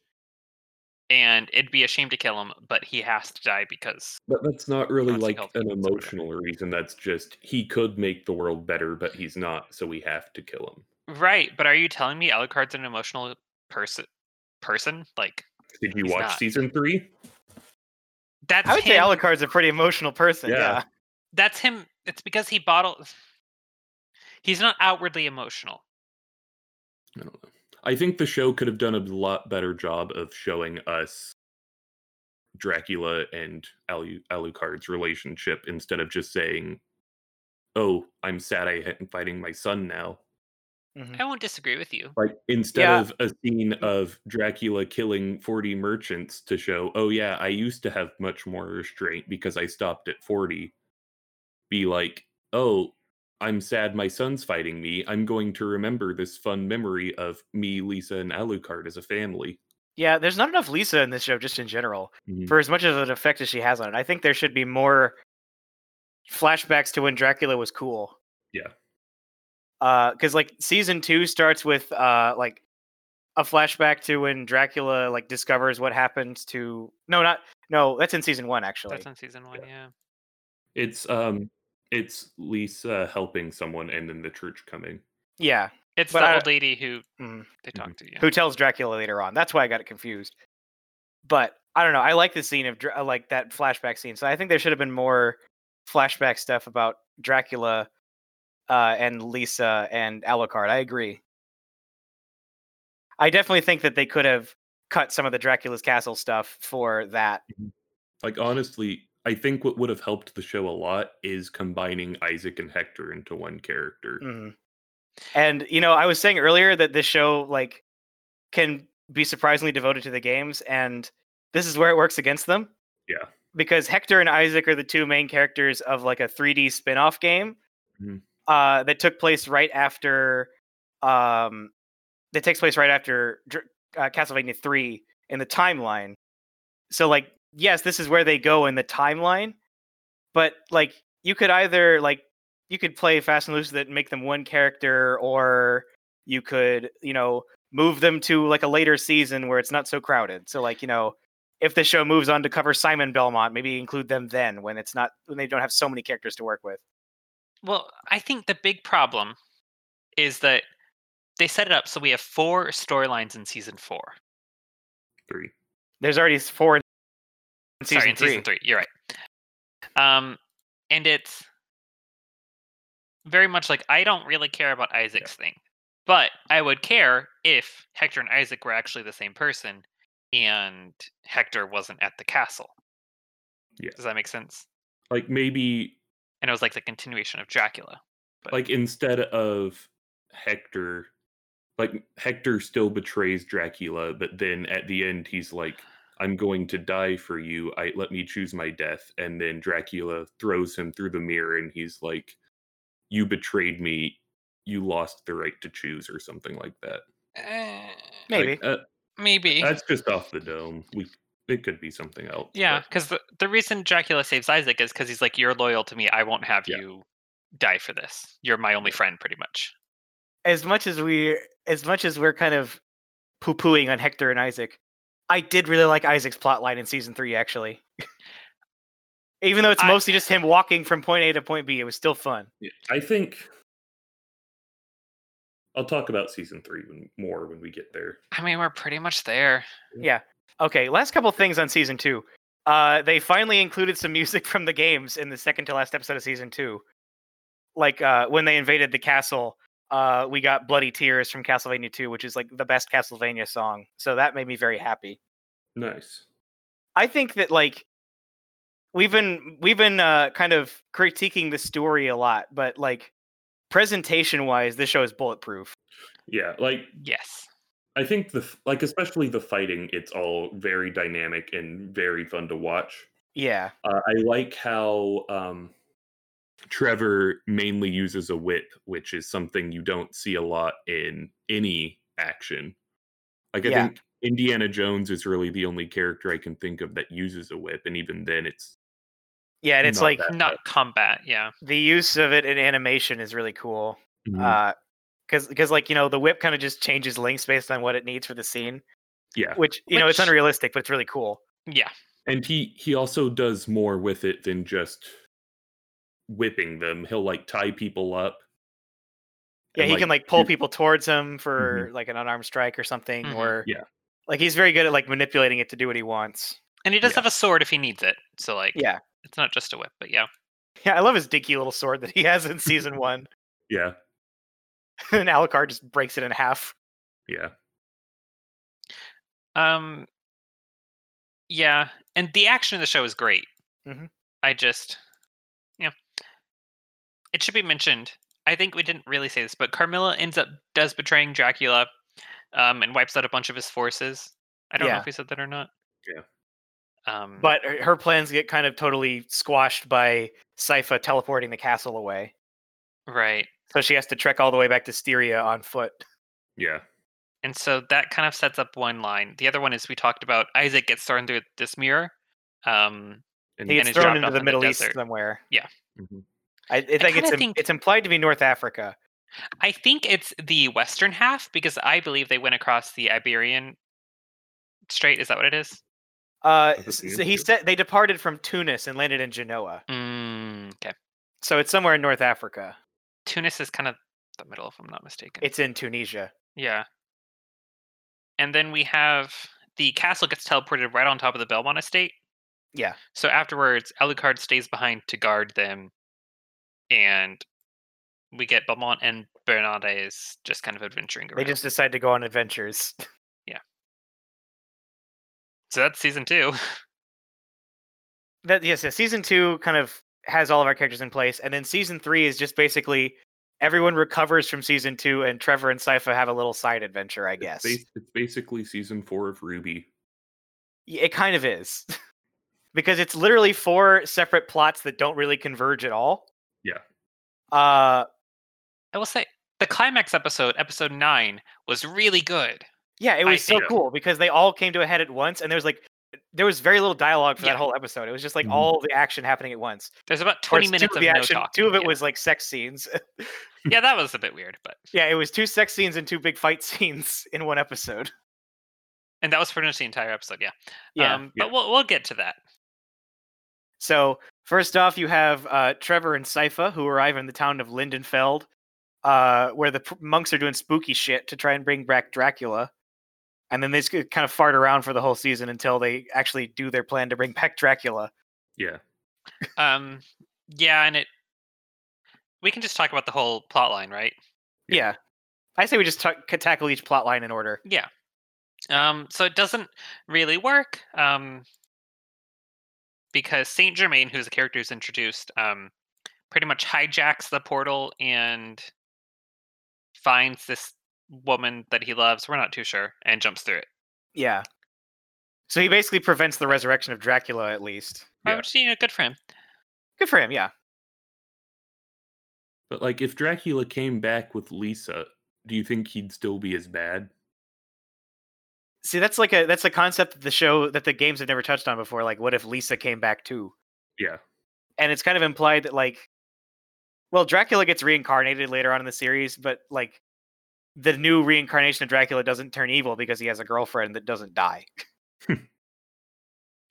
Speaker 4: and it'd be a shame to kill him, but he has to die because."
Speaker 2: but that's not really
Speaker 4: Lots of
Speaker 2: like
Speaker 4: health
Speaker 2: an
Speaker 4: reasons or whatever.
Speaker 2: emotional reason that's just he could make the world better but he's not so we have to kill him
Speaker 4: Right, but are you telling me Alucard's an emotional person? Person like
Speaker 2: did you
Speaker 4: He's
Speaker 2: watch
Speaker 4: not.
Speaker 2: season three
Speaker 4: that's
Speaker 1: I would say
Speaker 4: him-
Speaker 1: Alucard's a pretty emotional person.
Speaker 2: Yeah.
Speaker 1: yeah.
Speaker 4: that's him it's because he bottles he's not outwardly emotional
Speaker 2: i don't know i think the show could have done a lot better job of showing us dracula and Alu- alucard's relationship instead of just saying oh i'm sad i am fighting my son now
Speaker 1: Mhm.
Speaker 4: i won't disagree with you
Speaker 2: like instead
Speaker 1: Yeah.
Speaker 2: of a scene of Dracula killing 40 merchants to show, oh yeah, I used to have much more restraint because I stopped at 40. Be like, oh, I'm sad my son's fighting me. I'm going to remember this fun memory of me, Lisa, and Alucard as a family.
Speaker 1: Yeah, there's not enough Lisa in this show, just in general.
Speaker 2: Mhm.
Speaker 1: For as much of an effect as she has on it, I think there should be more flashbacks to when Dracula was cool.
Speaker 2: Yeah.
Speaker 1: Because like season two starts with uh like a flashback to when Dracula like discovers what happened to no not no that's in season one actually
Speaker 4: that's on season one yeah
Speaker 2: It's um it's Lisa helping someone and then the church coming.
Speaker 1: yeah
Speaker 4: it's
Speaker 1: But
Speaker 4: the
Speaker 1: I-
Speaker 4: old lady who
Speaker 1: Mhm.
Speaker 4: they
Speaker 2: Mhm.
Speaker 4: talk to yeah
Speaker 1: who tells Dracula later on that's why I got it confused But I don't know. I like the scene of Dra- uh, like that flashback scene. So I think there should have been more flashback stuff about Dracula uh, and Lisa and Alucard. I agree. I definitely think that they could have cut some of the Dracula's castle stuff for that.
Speaker 2: Like honestly, I think what would have helped the show a lot is combining Isaac and Hector into one character.
Speaker 1: Mhm. And you know, I was saying earlier that this show like can be surprisingly devoted to the games, and this is where it works against them.
Speaker 2: Yeah.
Speaker 1: Because Hector and Isaac are the two main characters of like a 3D spin-off game
Speaker 2: Mhm.
Speaker 1: uh, that took place right after um, that takes place right after Dr- uh, Castlevania 3 in the timeline. So like yes, this is where they go in the timeline, but like you could either like you could play fast and loose that make them one character or you could you know move them to like a later season where it's not so crowded so like you know if the show moves on to cover simon belmont maybe include them then when it's not when they don't have so many characters to work with
Speaker 4: Well, I think the big problem is that they set it up so we have four storylines in season four.
Speaker 2: Three.
Speaker 1: there's already s- four in season,
Speaker 4: Sorry, in
Speaker 1: three.
Speaker 4: season three. You're right. Um, and it's very much like I don't really care about Isaac's thing, but I would care if Hector and Isaac were actually the same person, and Hector wasn't at the castle.
Speaker 2: Yeah.
Speaker 4: Does that make sense?
Speaker 2: Like maybe
Speaker 4: And it was like the continuation of Dracula. but-
Speaker 2: like instead of Hector, like Hector still betrays Dracula, but then at the end he's like, "I'm going to die for you. I let me choose my death." And then Dracula throws him through the mirror, and he's like, "You betrayed me. You lost the right to choose," or something like that.
Speaker 4: Eh,
Speaker 2: Like,
Speaker 1: maybe
Speaker 2: uh,
Speaker 4: maybe.
Speaker 2: that's just off the dome. We it could be something else.
Speaker 4: Yeah,
Speaker 2: but
Speaker 4: because the, the reason Dracula saves Isaac is because he's like, "You're loyal to me. I won't have
Speaker 2: Yeah.
Speaker 4: you die for this. You're my only friend, pretty much."
Speaker 1: as much as we as much as we're kind of poo-pooing on hector and isaac i did really like isaac's plotline in season three actually (laughs) even though it's
Speaker 4: I-
Speaker 1: mostly just him walking from point a to point b it was still fun
Speaker 2: I think I'll talk about season three when, more when we get there.
Speaker 4: I mean, we're pretty much there.
Speaker 1: Okay, last couple things on season two. Uh, they finally included some music from the games in the second to last episode of season two. Like uh, when they invaded the castle, uh, we got "Bloody Tears" from Castlevania Two, which is like the best Castlevania song. So that made me very happy.
Speaker 2: Nice.
Speaker 1: I think that like we've been we've been uh, kind of critiquing the story a lot, but like presentation wise, this show is bulletproof.
Speaker 2: Yeah, like
Speaker 4: Yes.
Speaker 2: I think the f- like especially the fighting, it's all very dynamic and very fun to watch.
Speaker 1: Yeah,
Speaker 2: Uh, I like how um, Trevor mainly uses a whip, which is something you don't see a lot in any action. Like I
Speaker 1: Yeah.
Speaker 2: think Indiana Jones is really the only character I can think of that uses a whip, and even then, it's
Speaker 1: yeah, and it's
Speaker 2: Not
Speaker 1: like uh
Speaker 2: bad.
Speaker 4: Not combat. Yeah.
Speaker 1: the use of it in animation is really cool.
Speaker 2: Mhm.
Speaker 1: because because Uh, like you know the whip kind of just changes links based on what it needs for the scene
Speaker 2: yeah.
Speaker 1: which you know it's
Speaker 4: Which-
Speaker 1: unrealistic but it's really cool
Speaker 4: Yeah.
Speaker 2: and he he also does more with it than just whipping them he'll like tie people up
Speaker 1: yeah
Speaker 2: and,
Speaker 1: he can like pull
Speaker 2: you- Mm-hmm.
Speaker 1: people towards him for like an unarmed strike or something
Speaker 4: Mhm.
Speaker 1: or
Speaker 2: Yeah.
Speaker 1: like he's very good at like manipulating it to do what he wants
Speaker 4: And he does
Speaker 2: Yeah.
Speaker 4: have a sword if he needs it. So like,
Speaker 1: yeah
Speaker 4: it's not just a whip, but yeah.
Speaker 1: yeah i love his dinky little sword that he has in season
Speaker 2: (laughs)
Speaker 1: one (laughs)
Speaker 2: yeah
Speaker 1: and alucard just breaks it in half
Speaker 2: yeah
Speaker 4: Um. Yeah, and the action of the show is great.
Speaker 1: Mhm.
Speaker 4: I just, yeah. It should be mentioned. I think we didn't really say this, but Carmilla ends up does betraying Dracula, um, and wipes out a bunch of his forces. I don't know
Speaker 1: Yeah.
Speaker 4: if we said that or not.
Speaker 2: Yeah.
Speaker 4: Um,
Speaker 1: but her- her plans get kind of totally squashed by sypha teleporting the castle away
Speaker 4: right,
Speaker 1: so she has to trek all the way back to styria on foot
Speaker 2: yeah
Speaker 4: and so that kind of sets up one line. The other one is we talked about Isaac gets thrown through this mirror. Um,
Speaker 1: he
Speaker 4: And
Speaker 1: gets
Speaker 4: is
Speaker 1: thrown
Speaker 4: dropped
Speaker 1: into
Speaker 4: off
Speaker 1: the
Speaker 4: in the
Speaker 1: middle east
Speaker 4: desert.
Speaker 1: somewhere
Speaker 2: mhm.
Speaker 1: I, I think
Speaker 4: kinda
Speaker 1: it's im-
Speaker 4: think-
Speaker 1: it's implied to be North Africa.
Speaker 4: I think it's the western half because I believe they went across the Iberian Strait. Is that what it is?
Speaker 1: Uh,
Speaker 2: That's what
Speaker 1: s-
Speaker 2: the
Speaker 1: so he
Speaker 2: Institute-
Speaker 1: said they departed from Tunis and landed in Genoa,
Speaker 4: Mm, okay.
Speaker 1: so it's somewhere in North Africa.
Speaker 4: Tunis is kind of the middle, if I'm not mistaken.
Speaker 1: It's in Tunisia.
Speaker 4: yeah. And then we have the castle gets teleported right on top of the Belmont estate.
Speaker 1: Yeah.
Speaker 4: So afterwards, Alucard stays behind to guard them, and we get Belmont and Bernades just kind of adventuring
Speaker 1: They
Speaker 4: around.
Speaker 1: just decide to go on adventures. (laughs)
Speaker 4: So that's season two.
Speaker 1: that yes, yes, season two kind of has all of our characters in place, and then season three is just basically everyone recovers from season two, and Trevor and Sypha have a little side adventure, I guess.
Speaker 2: It's, bas- it's basically season four of Ruby.
Speaker 1: Y- It kind of is. (laughs) because it's literally four separate plots that don't really converge at all.
Speaker 2: Yeah.
Speaker 1: Uh
Speaker 4: I will say the climax episode, episode nine, was really good.
Speaker 1: yeah, it
Speaker 4: I
Speaker 1: was so
Speaker 2: see.
Speaker 1: cool because they all came to a head at once and there was like there was very little dialogue for
Speaker 4: Yeah.
Speaker 1: that whole episode. It was just like
Speaker 2: Mhm.
Speaker 1: all the action happening at once. Of
Speaker 4: There's about twenty
Speaker 1: course,
Speaker 4: minutes
Speaker 1: two
Speaker 4: of,
Speaker 1: the
Speaker 4: no
Speaker 1: action,
Speaker 4: talking.
Speaker 1: Two of it
Speaker 4: yeah.
Speaker 1: was like sex scenes. (laughs)
Speaker 4: yeah, that was a bit weird, but
Speaker 1: yeah, it was two sex scenes and two big fight (laughs) snes in one episode.
Speaker 4: Um, and that was pretty much the entire episode. Yeah,
Speaker 1: Yeah.
Speaker 4: um,
Speaker 2: yeah.
Speaker 4: but we'll we'll get to that.
Speaker 1: So first off, you have uh, Trevor and Sypha who arrive in the town of Lindenfeld, uh, where the pr- monks are doing spooky shit to try and bring back Dracula. And then they just kind of fart around for the whole season until they actually do their plan to bring back Dracula.
Speaker 2: Yeah.
Speaker 4: Um, yeah, and it. We can just talk about the whole plot line, right?
Speaker 1: Yeah.
Speaker 2: Yeah.
Speaker 1: I say we just ta- ca- tackle each plot line in order.
Speaker 4: Yeah. Um, so it doesn't really work um, because Saint Germain, who's a character who's introduced, um, pretty much hijacks the portal and finds this woman that he loves. We're not too sure, and jumps through it.
Speaker 1: Yeah. So he basically prevents the resurrection of Dracula, at least.
Speaker 4: Yeah.
Speaker 2: Yeah.
Speaker 4: uh, Which, you know, good for him.
Speaker 1: Good for him, yeah.
Speaker 2: But like if Dracula came back with Lisa, do you think he'd still be as bad?
Speaker 1: See, that's like a that's a concept that the show that the games have never touched on before. Like, what if Lisa came back too?
Speaker 2: Yeah.
Speaker 1: and it's kind of implied that like well dracula gets reincarnated later on in the series but like the new reincarnation of dracula doesn't turn evil because he has a girlfriend that doesn't die and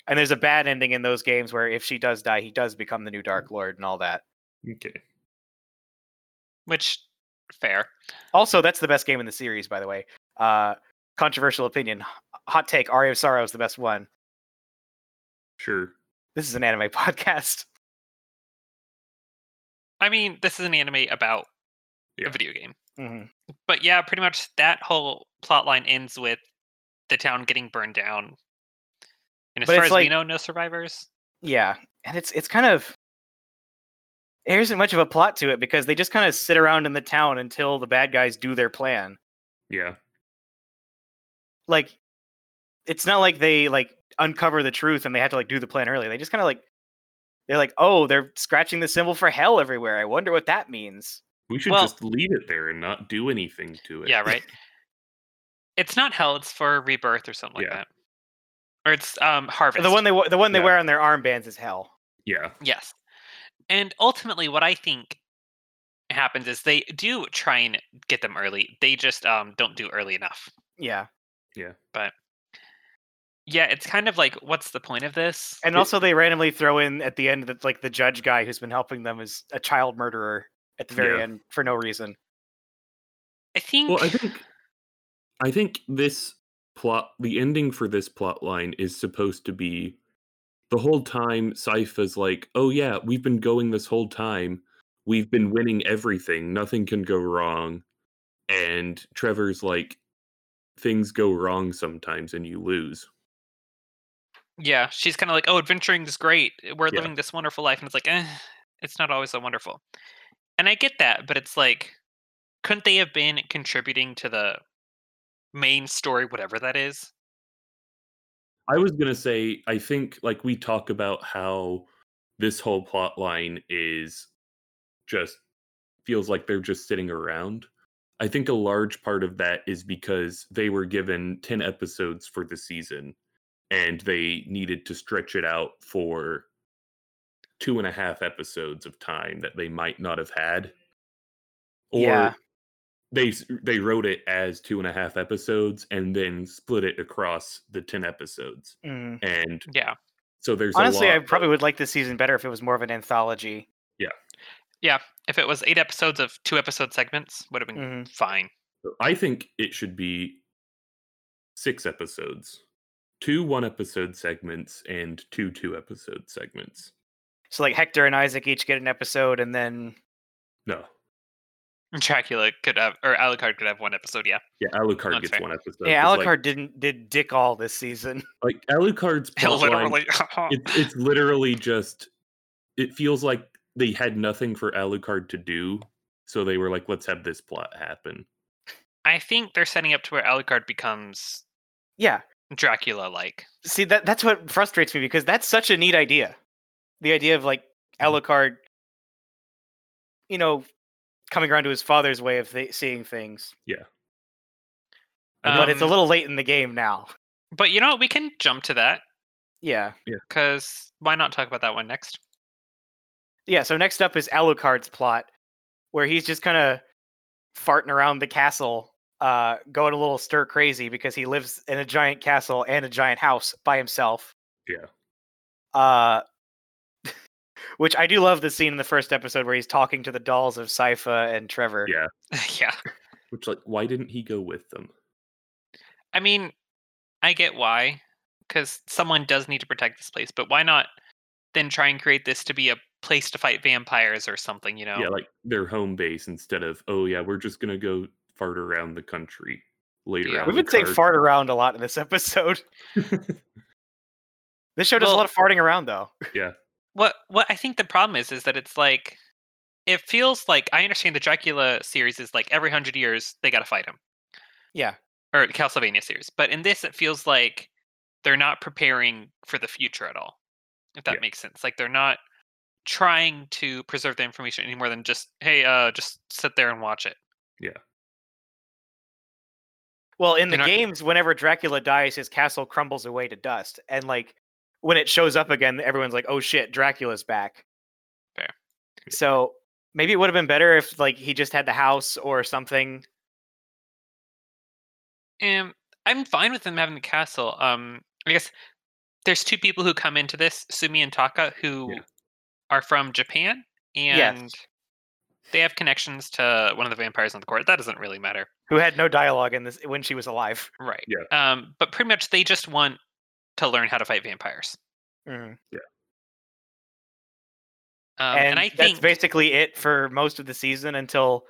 Speaker 1: there's a bad ending in those games where if she does die he does become the new dark lord and all that
Speaker 2: Okay.
Speaker 4: Which fair.
Speaker 1: also that's the best game in the series by the way uh controversial opinion h- hot take aria of sorrow is the best one
Speaker 2: Sure.
Speaker 1: this is an anime (laughs) podcast
Speaker 4: I mean, this is an anime about
Speaker 2: Yeah.
Speaker 4: a video game.
Speaker 1: hmm
Speaker 2: Mm-hmm.
Speaker 4: but yeah, pretty much that whole plot line ends with the town getting burned down. And as
Speaker 1: But
Speaker 4: far
Speaker 1: it's
Speaker 4: as
Speaker 1: like-
Speaker 4: we know, no survivors.
Speaker 1: Yeah, and it's it's kind of there isn't much of a plot to it because they just kind of sit around in the town until the bad guys do their plan.
Speaker 2: Yeah.
Speaker 1: Like it's not like they like uncover the truth and they have to like do the plan early. They just kind of like they're like, "Oh, they're scratching the symbol for hell everywhere. I wonder what that means."
Speaker 2: We should
Speaker 4: Well-
Speaker 2: just leave it there and not do anything to it.
Speaker 4: Yeah,
Speaker 1: (laughs)
Speaker 4: right. it's not hell; it's for rebirth or something like
Speaker 2: Yeah.
Speaker 4: that, or it's um harvest.
Speaker 1: The one they wa- the one they
Speaker 2: Yeah.
Speaker 1: wear on their armbands is hell.
Speaker 2: Yeah.
Speaker 4: yes. And ultimately, what I think happens is they do try and get them early. They just um don't do early enough.
Speaker 1: Yeah.
Speaker 4: Yeah, it's kind of like, what's the point of this?
Speaker 1: And
Speaker 2: It-
Speaker 1: also they randomly throw in at the end that like the judge guy who's been helping them is a child murderer at the very
Speaker 2: Yeah.
Speaker 1: end for no reason.
Speaker 4: I think. (laughs)
Speaker 2: Well, I think I think this plot the ending for this plot line is supposed to be the whole time Sypha's like, "Oh yeah, we've been going this whole time. We've been winning everything. Nothing can go wrong." And Trevor's like, "Things go wrong sometimes and you lose."
Speaker 4: Yeah, she's kind of like, "Oh, adventuring is great. We're
Speaker 2: Yeah.
Speaker 4: living this wonderful life," and it's like, eh, "It's not always so wonderful." And I get that, but it's like, couldn't they have been contributing to the main story, whatever that is?
Speaker 2: I was gonna say, I think like we talk about how this whole plot line is just feels like they're just sitting around. I think a large part of that is because they were given 10 episodes for the season and they needed to stretch it out for two and a half episodes of time that they might not have had. Or
Speaker 1: Yeah.
Speaker 2: they s- they wrote it as two and a half episodes and then split it across the 10 episodes
Speaker 1: Mm.
Speaker 2: and
Speaker 4: Yeah,
Speaker 2: so there's
Speaker 1: Honestly,
Speaker 2: a lot
Speaker 1: I probably would like this season better if it was more of an anthology.
Speaker 4: if it was eight episodes of two episode segments, would have been
Speaker 1: Mhm.
Speaker 4: fine. (laughs)
Speaker 2: I think it should be six episodes. two one episode segments and two two episode segments.
Speaker 1: So like Hector and Isaac each get an episode, and then
Speaker 2: No.
Speaker 4: Dracula could have, or Alucard could have one episode. Yeah, (laughs)
Speaker 2: Yeah, Alucard
Speaker 4: That's
Speaker 2: gets
Speaker 4: fair.
Speaker 2: one episode.
Speaker 1: yeah,
Speaker 2: 'cause,
Speaker 1: Alucard didn't did dick all this season. (laughs)
Speaker 2: Like, like Alucard's plot line
Speaker 4: (laughs) literally.
Speaker 2: it's it's literally just it feels like they had nothing for Alucard to do, so they were like, let's have this plot happen.
Speaker 4: I think they're setting up to where Alucard becomes
Speaker 1: Yeah,
Speaker 4: Dracula like.
Speaker 1: see that that's what frustrates me because that's such a neat idea. The idea of like
Speaker 2: Mm-hmm.
Speaker 1: Alucard, you know, coming around to his father's way of th- seeing things, but it's a
Speaker 4: Um,
Speaker 1: little late in the game now.
Speaker 4: But you know what? We can jump to that
Speaker 1: Yeah,
Speaker 4: because why not talk about that one next? (laughs)
Speaker 1: yeah. So next up is Alucard's plot, where he's just kind of farting around the castle, uh, going a little stir crazy because he lives in a giant castle and a giant house by himself.
Speaker 2: Yeah.
Speaker 1: Uh, (laughs) which I do love the scene in the first episode where he's talking to the dolls of Sypha and Trevor.
Speaker 2: Yeah.
Speaker 4: yeah.
Speaker 2: Which like, why didn't he go with them?
Speaker 4: I mean, I get why, because someone does need to protect this place, but why not then try and create this to be a place to fight vampires or something, you know?
Speaker 2: Yeah, like their home base instead of oh yeah, we're just gonna go fart around the country later.
Speaker 4: Yeah.
Speaker 1: We've been saying
Speaker 2: Alucard."
Speaker 1: fart around a lot in this (laughs)
Speaker 2: (laughs)
Speaker 1: episode. This show does a
Speaker 4: Well-
Speaker 1: lot of farting around, though.
Speaker 4: What what I think the problem is is that it's like it feels like I understand the Dracula series is like every hundred years they gotta fight him.
Speaker 1: Yeah.
Speaker 4: Or the Castlevania series. But in this it feels like they're not preparing for the future at all. If that
Speaker 2: Yeah.
Speaker 4: makes sense. Like they're not trying to preserve the information any more than just, hey, uh just sit there and watch it.
Speaker 1: Well, in the
Speaker 4: And I-
Speaker 1: games, whenever Dracula dies, his castle crumbles away to dust, and like when it shows up again, everyone's like, "Oh shit, Dracula's back."
Speaker 4: Fair.
Speaker 1: So maybe it would have been better if like he just had the house or something.
Speaker 4: Um, I'm fine with them having the castle. Um, I guess there's two people who come into this, Sumi and Taka, who are from Japan, and
Speaker 1: Yes.
Speaker 4: they have connections to one of the vampires on the court. That doesn't really matter,
Speaker 1: Who had no dialogue in this when she was alive.
Speaker 4: right?
Speaker 2: Yeah.
Speaker 4: Um, but pretty much they just want to learn how to fight vampires.
Speaker 1: Mhm.
Speaker 4: Um,
Speaker 1: and
Speaker 4: and, I
Speaker 1: that's
Speaker 4: think
Speaker 1: basically it for most of the season until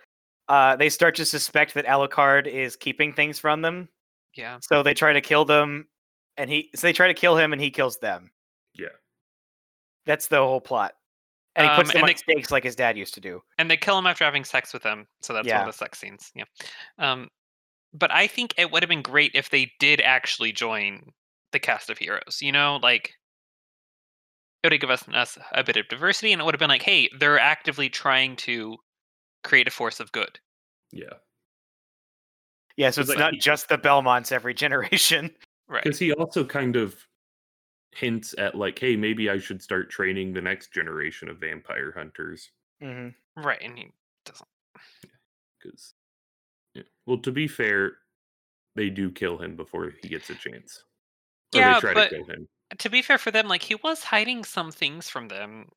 Speaker 1: uh, they start to suspect that Alucard is keeping things from them.
Speaker 4: yeah,
Speaker 1: So they try to kill them, and he so they try to kill him, and he kills them.
Speaker 2: Yeah.
Speaker 1: That's the whole plot. And he puts
Speaker 4: Um,
Speaker 1: them
Speaker 4: and
Speaker 1: on
Speaker 4: they-
Speaker 1: stakes like his dad used to do.
Speaker 4: and they kill him after having sex with him. So that's
Speaker 1: Yeah.
Speaker 4: one of the sex scenes. Yeah. Um, but I think it would have been great if they did actually join the cast of heroes. You know, like it would have given us, us a bit of diversity, and it would have been like, hey, they're actively trying to create a force of good.
Speaker 2: Yeah.
Speaker 1: Yeah, so it's
Speaker 2: It's like-
Speaker 1: not just the Belmonts every generation. (laughs)
Speaker 4: Right.
Speaker 2: Because he also kind of hints at like, hey, maybe I should start training the next generation of vampire hunters.
Speaker 4: Mm-hmm.
Speaker 1: Mhm.
Speaker 4: Right. And he-
Speaker 2: Because well, to be fair, they do kill him before he gets a chance. Or
Speaker 4: Yeah,
Speaker 2: they try
Speaker 4: but-
Speaker 2: to kill him.
Speaker 4: to be fair for them, like he was hiding some things from them.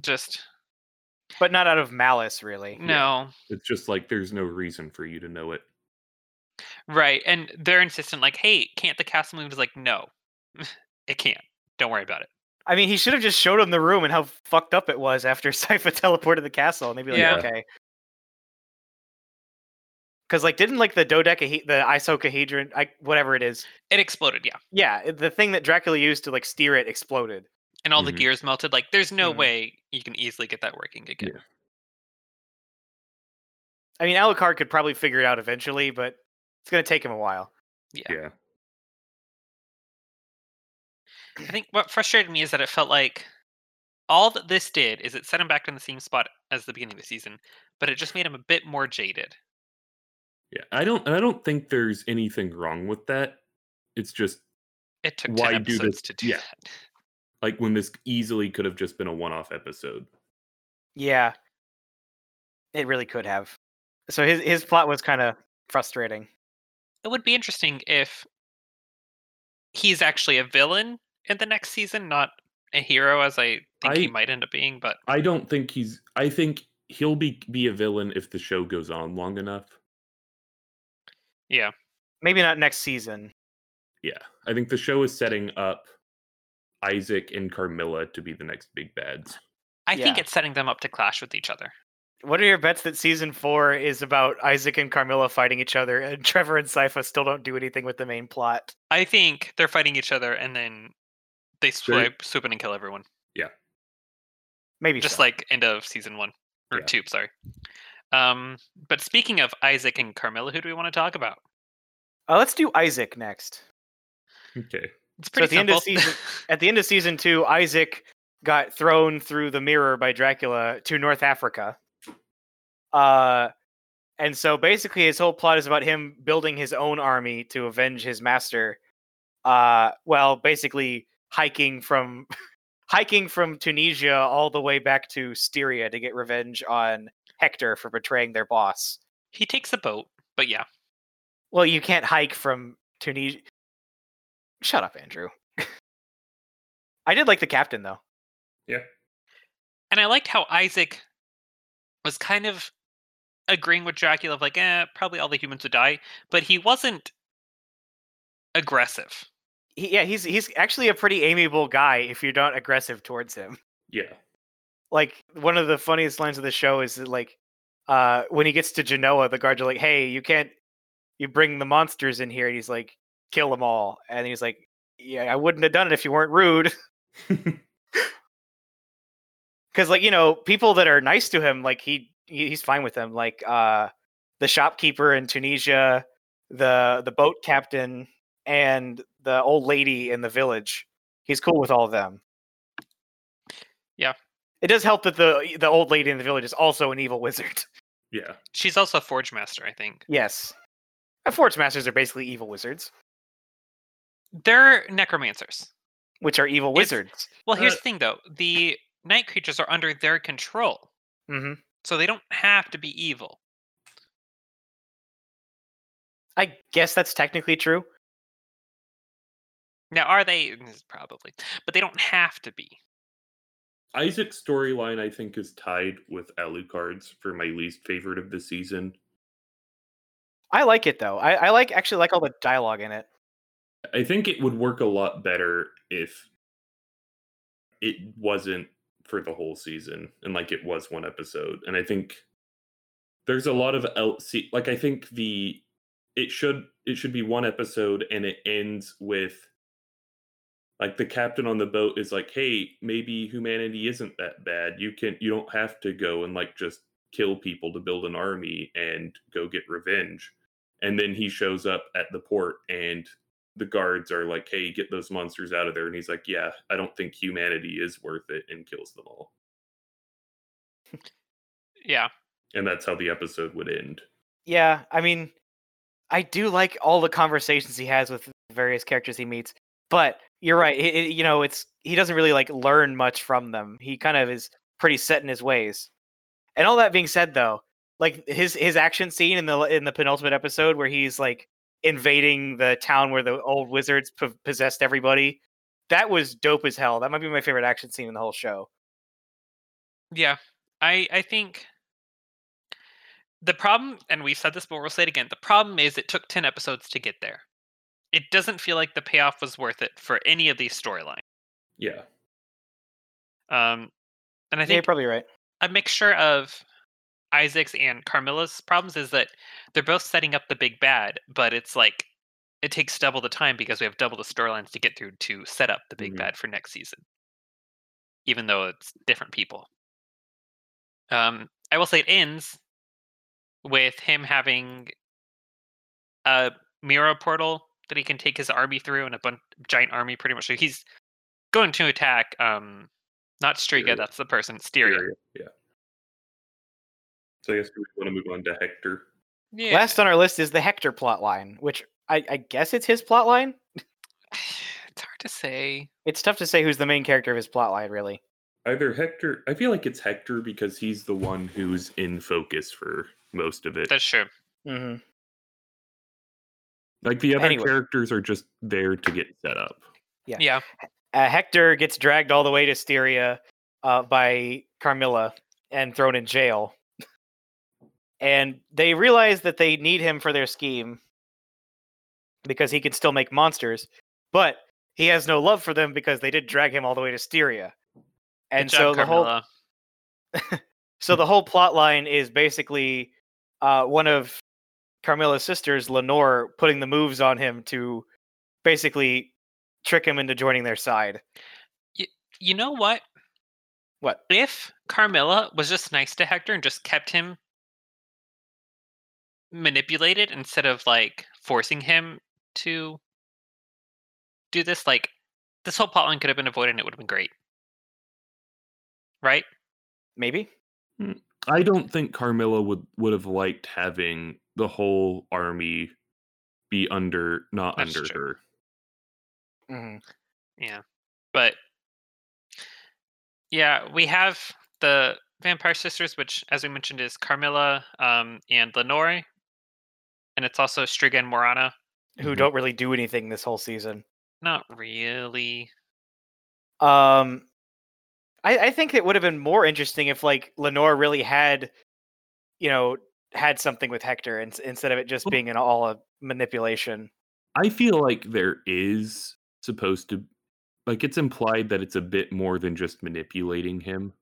Speaker 4: Just
Speaker 1: But not out of malice,
Speaker 2: Eh,
Speaker 1: really.
Speaker 4: no.
Speaker 2: It's just like there's no reason for you to know it.
Speaker 4: Right. And they're insistent, like, hey, can't the castle move? Is like, no, (laughs) it can't. Don't worry about it.
Speaker 1: I mean, he should have just showed him the room and how fucked up it was after (laughs) Sypha teleported the castle, and they'd be like,
Speaker 4: Yeah.
Speaker 1: okay. Because like, didn't like the dodeca the isocahedron, I, whatever it is,
Speaker 4: It exploded, yeah.
Speaker 1: yeah, it- the thing that Dracula used to like steer it exploded.
Speaker 4: And all the
Speaker 2: Mhm.
Speaker 4: gears melted. Like, there's no
Speaker 2: Mm-hmm.
Speaker 1: Mhm.
Speaker 4: way you can easily get that working again.
Speaker 1: I mean, Alucard could probably figure it out eventually, but it's gonna take him a while.
Speaker 4: Yeah.
Speaker 2: Yeah.
Speaker 4: I think what frustrated me is that it felt like all that this did is it set him back in the same spot as the beginning of the season, but it just made him a bit more jaded.
Speaker 2: Yeah. I don't I don't think there's anything wrong with that. It's just
Speaker 4: It took
Speaker 2: Why
Speaker 4: 10
Speaker 2: do this-
Speaker 4: episodes to do
Speaker 2: yeah.
Speaker 4: that.
Speaker 2: like when this easily could have just been a one-off episode.
Speaker 1: Yeah, it really could have. So his his plot was kind of frustrating.
Speaker 4: It would be interesting if he's actually a villain in the next season, not a hero as I think he
Speaker 2: I-
Speaker 4: might end up being, but
Speaker 2: I don't think he's I think he'll be be a villain if the show goes on long enough.
Speaker 4: yeah.
Speaker 1: Maybe not next season.
Speaker 2: Yeah. I think the show is setting up Isaac and Carmilla to be the next big bads. (laughs)
Speaker 4: I think
Speaker 1: Yeah.
Speaker 4: it's setting them up to clash with each other.
Speaker 1: What are your bets that season four is about Isaac and Carmilla fighting each other, and (laughs) Trevor and Sypha still don't do anything with the main plot?
Speaker 4: I think they're fighting each other and then they
Speaker 2: Sure.
Speaker 4: swipe, swoop in and kill everyone.
Speaker 1: Maybe
Speaker 4: Just
Speaker 1: so.
Speaker 4: like end of season one or
Speaker 2: Yeah.
Speaker 4: two, sorry. Um, but speaking of Isaac and Carmilla, who do we want to talk about?
Speaker 1: Uh, let's do Isaac next.
Speaker 2: Okay.
Speaker 4: It's
Speaker 1: So
Speaker 4: pretty
Speaker 1: at the end of
Speaker 4: simple.
Speaker 1: season- At the end of season two, Isaac got thrown through the mirror by Dracula to North Africa. Uh, and so basically, his whole plot is about him building his own army to avenge his master. Uh, well, basically hiking from (laughs) hiking from Tunisia all the way back to Styria to get revenge on Hector for betraying their boss.
Speaker 4: (laughs) he takes a boat, but yeah.
Speaker 1: Well, you can't hike from Tunisia. Shut up, Andrew. (laughs) I did like the captain though.
Speaker 4: And I liked how Isaac was kind of agreeing with Dracula of like, eh, probably all the humans would die, but he wasn't aggressive.
Speaker 1: He, yeah, he's he's actually a pretty amiable guy if you're not aggressive towards him.
Speaker 2: Yeah.
Speaker 1: Like one of the funniest lines of the show is that like uh when he gets to Genoa, the guards are like, "Hey, you can't you bring the monsters in here." And he's like, "Kill them all." And he's like, "Yeah, I wouldn't have done it if you weren't rude." (laughs) because like you know people that are nice to him like he he- he's fine with them like uh the shopkeeper in tunisia the the boat captain and the old lady in the village he's cool with all of them
Speaker 4: Yeah.
Speaker 1: it does help that the the old lady in the village is also an evil wizard (laughs)
Speaker 2: yeah.
Speaker 4: She's also a forge master, I think.
Speaker 1: yes and forge masters are basically evil wizards
Speaker 4: They're necromancers.
Speaker 1: which are evil
Speaker 4: It's-
Speaker 1: wizards
Speaker 4: Well, here's
Speaker 2: Uh,
Speaker 4: the thing though. The night creatures are under their control,
Speaker 1: hmm
Speaker 4: so they don't have to be evil.
Speaker 1: i guess that's technically true
Speaker 4: Now, are they? Mm, Probably. But they don't have to be.
Speaker 2: Isaac's storyline, I think, is tied with Alucard's for my least favorite of the season.
Speaker 1: i like it though i, I like actually like all the dialogue in it
Speaker 2: I think it would work a lot better if it wasn't for the whole season and like it was one episode. And I think there's a lot of LC like I think the it should it should be one episode and it ends with like the captain on the boat is like, "Hey, maybe humanity isn't that bad. You can you don't have to go and like just kill people to build an army and go get revenge." And then he shows up at the port and the guards are like, "Hey, get those monsters out of there," and he's like, "Yeah, I don't think humanity is worth it," and kills them all.
Speaker 4: Yeah.
Speaker 2: And that's how the episode would end.
Speaker 1: Yeah, I mean, I do like all the conversations he has with various characters he meets, but you're right. It, it- you know, it's he doesn't really like learn much from them. He kind of is pretty set in his ways. And all that being said, though, like his his action scene in the in the penultimate episode where he's like invading the town where the old wizards p- possessed everybody, that was dope as hell. That might be my favorite action scene in the whole show.
Speaker 4: Yeah, I I think the problem, and we've said this, but we'll say it again. The problem is it took ten episodes to get there. It doesn't feel like the payoff was worth it for any of these storylines.
Speaker 2: Yeah,
Speaker 4: Um,
Speaker 1: Yeah,
Speaker 4: and I
Speaker 1: you're
Speaker 4: think
Speaker 1: probably right.
Speaker 4: a mixture of Isaac's and Carmilla's problems is that they're both setting up the big bad, but it's like it takes double the time because we have double the storylines to get through to set up the big
Speaker 2: Mhm.
Speaker 4: bad for next season. Even though it's different people. Um, I will say it ends with him having a mirror portal that he can take his army through and a bunch giant army pretty much. So he's going to attack um not Striga,
Speaker 2: Styria.
Speaker 4: that's the person, Styria.
Speaker 2: Fury, Yeah. So I guess we want to move on to Hector.
Speaker 4: Yeah.
Speaker 1: Last on our list is the Hector plotline, which I, I guess it's his plotline.
Speaker 4: (sighs) it's hard to say.
Speaker 1: It's tough to say who's the main character of his plotline, really.
Speaker 2: Either Hector, I feel like it's Hector because he's the one who's in focus for most of it.
Speaker 4: That's true.
Speaker 1: Mm-hmm.
Speaker 2: like the other
Speaker 1: Anyway.
Speaker 2: characters are just there to get set up.
Speaker 1: Yeah.
Speaker 4: Yeah.
Speaker 1: Uh, Hector gets dragged all the way to Styria uh, by Carmilla and thrown in jail. and they realize that they need him for their scheme because he can still make monsters. but he has no love for them because they did drag him all the way to Styria. And
Speaker 4: Good
Speaker 1: so
Speaker 4: job,
Speaker 1: the whole
Speaker 4: Carmella.
Speaker 1: so the whole plot line is basically uh, one of Carmilla's sisters, Lenore, putting the moves on him to basically trick him into joining their side.
Speaker 4: You know what?
Speaker 1: What?
Speaker 4: If Carmilla was just nice to Hector and just kept him manipulated instead of like forcing him to do this, like this whole plotline could have been avoided and it would have been great. Right?
Speaker 1: Maybe.
Speaker 2: I don't think Carmilla would would have liked having the whole army be under not
Speaker 4: That's
Speaker 2: under
Speaker 4: true.
Speaker 2: her.
Speaker 4: Mm-hmm.
Speaker 1: Mhm.
Speaker 4: Yeah. But yeah, we have the Vampire Sisters, which, as we mentioned, is Carmilla um, and Lenore. And it's also Striga and Morana.
Speaker 1: Who
Speaker 4: Mm-hmm.
Speaker 2: Mhm.
Speaker 1: don't really do anything this whole season.
Speaker 4: Not really.
Speaker 1: Um, I, I think it would have been more interesting if like Lenore really had, you know, had something with Hector ins instead of it just
Speaker 2: Well-
Speaker 1: being an all a manipulation.
Speaker 2: I feel like there is supposed to like it's implied that it's a bit more than just manipulating him.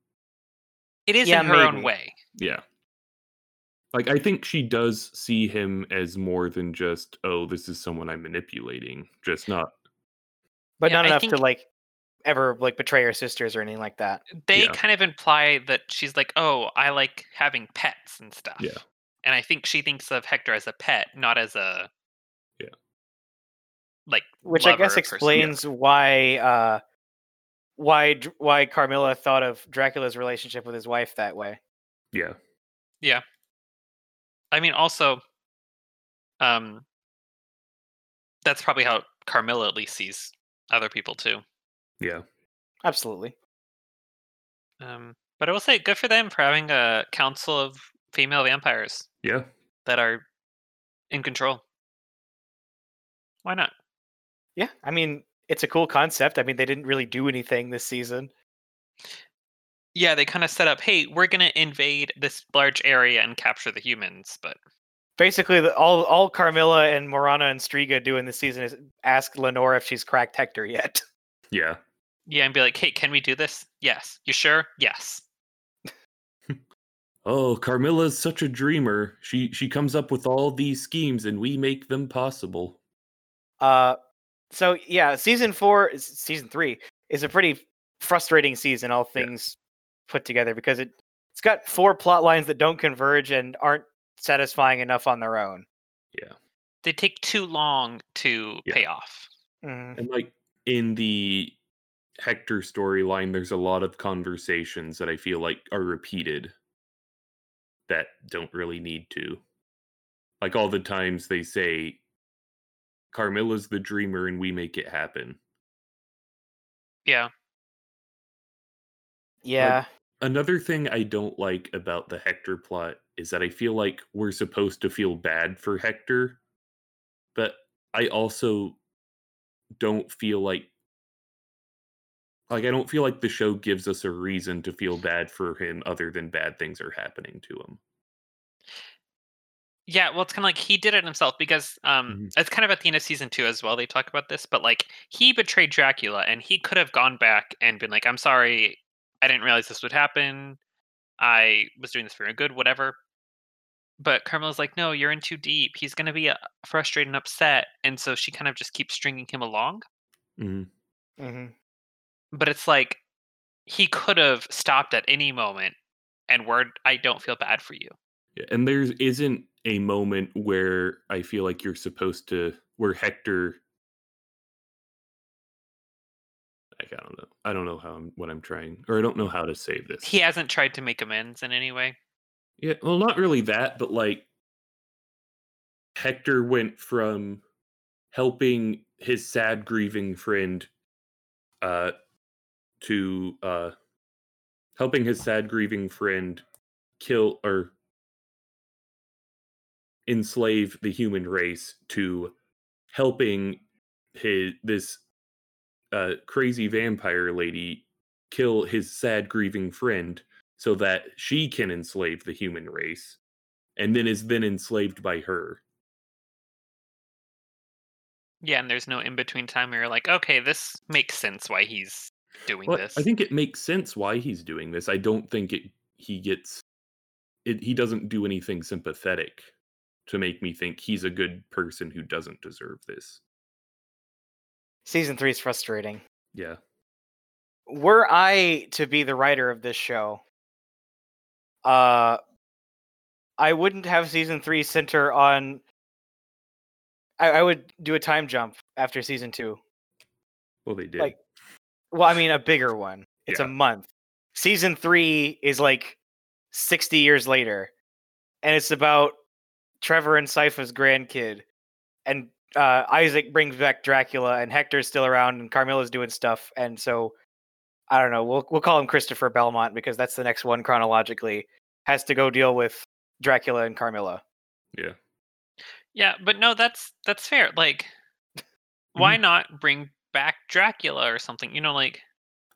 Speaker 4: It is
Speaker 1: Yeah,
Speaker 4: in her own
Speaker 1: maybe.
Speaker 4: way.
Speaker 2: Yeah. Like I think she does see him as more than just oh this is someone I'm manipulating, just not
Speaker 1: but
Speaker 4: Yeah,
Speaker 1: not
Speaker 4: I
Speaker 1: enough to
Speaker 4: think-
Speaker 1: like ever like betray her sisters or anything like that.
Speaker 4: They
Speaker 2: Yeah.
Speaker 4: kind of imply that she's like, oh, I like having pets and stuff.
Speaker 2: Yeah.
Speaker 4: And I think she thinks of Hector as a pet, not as a.
Speaker 2: Yeah.
Speaker 4: Like,
Speaker 1: Which I
Speaker 4: lover
Speaker 1: guess
Speaker 4: person.
Speaker 1: explains why uh why Dr- why Carmilla thought of Dracula's relationship with his wife that way.
Speaker 2: yeah.
Speaker 4: I mean, also, um, that's probably how Carmilla at least sees other people too.
Speaker 2: Yeah.
Speaker 1: Absolutely.
Speaker 4: Um, but I will say, good for them for having a council of female vampires
Speaker 2: Yeah.
Speaker 4: that are in control. Why not?
Speaker 1: Yeah, I mean, it's a cool concept. I mean, they didn't really do anything this season.
Speaker 4: Yeah, they kind of set up, hey, we're gonna invade this large area and capture the humans, but
Speaker 1: Basically, the, all all Carmilla and Morana and Striga do in this season is ask Lenore if she's cracked Hector yet.
Speaker 2: Yeah.
Speaker 4: yeah, and be like, hey, can we do this? Yes. You sure? Yes.
Speaker 2: Oh, Carmilla's such a dreamer. She she comes up with all these schemes and we make them possible.
Speaker 1: Uh, so yeah, season four, is- season three is a pretty frustrating season, all things put together, because it it's got four plot lines that don't converge and aren't satisfying enough on their own.
Speaker 4: They take too long to
Speaker 2: Yeah.
Speaker 4: pay off.
Speaker 1: Mhm.
Speaker 2: And like in the Hector storyline, there's a lot of conversations that I feel like are repeated that don't really need to. Like all the times they say, Carmilla's the dreamer and we make it happen.
Speaker 4: Yeah.
Speaker 1: Yeah,
Speaker 2: Another thing I don't like about the Hector plot is that I feel like we're supposed to feel bad for Hector, but I also don't feel like like I don't feel like the show gives us a reason to feel bad for him other than bad things are happening to him.
Speaker 4: Yeah, well, it's kind of like he did it himself because um,
Speaker 2: Mhm.
Speaker 4: it's kind of at the end of season two as well. They talk about this, but like he betrayed Dracula, and he could have gone back and been like, "I'm sorry, I didn't realize this would happen. I was doing this for your good, whatever." But Carmela's like, "No, you're in too deep. He's gonna be uh, frustrated and upset," and so she kind of just keeps stringing him along.
Speaker 1: hmm
Speaker 4: But it's like he could have stopped at any moment and word, "I don't feel bad for you."
Speaker 2: Yeah, And there isn't a moment where I feel like you're supposed to where Hector like I don't know. I don't know how I'm what I'm trying or I don't know how to say this.
Speaker 4: He hasn't tried to make amends in any way.
Speaker 2: Yeah, well, not really that, but like Hector went from helping his sad, grieving friend uh, to uh, helping his sad, grieving friend kill or enslave the human race to helping his this uh, crazy vampire lady kill his sad, grieving friend so that she can enslave the human race and then is then enslaved by her
Speaker 4: Yeah, and there's no in between time where you're like, okay, this makes sense why he's doing
Speaker 2: Well,
Speaker 4: this.
Speaker 2: I think it makes sense why he's doing this. I don't think it he gets it he doesn't do anything sympathetic to make me think he's a good person who doesn't deserve this.
Speaker 1: Season three is frustrating.
Speaker 2: Yeah.
Speaker 1: were I to be the writer of this show, uh, I wouldn't have season three center on. I, I would do a time jump after season two.
Speaker 2: Well they did.
Speaker 1: Like- Well, I mean, a bigger one. It's a
Speaker 2: Yeah.
Speaker 1: month. Season three is like 60 years later, and it's about Trevor and Sypha's grandkid. And uh, Isaac brings back Dracula, and Hector's still around, and Carmilla's doing stuff. And so, I don't know. We'll, we'll call him Christopher Belmont because that's the next one chronologically. Has to go deal with Dracula and Carmilla.
Speaker 2: yeah.
Speaker 4: Yeah, but no, that's that's fair. Like,
Speaker 2: Mm-hmm.
Speaker 4: why not bring back Dracula or something? You know, like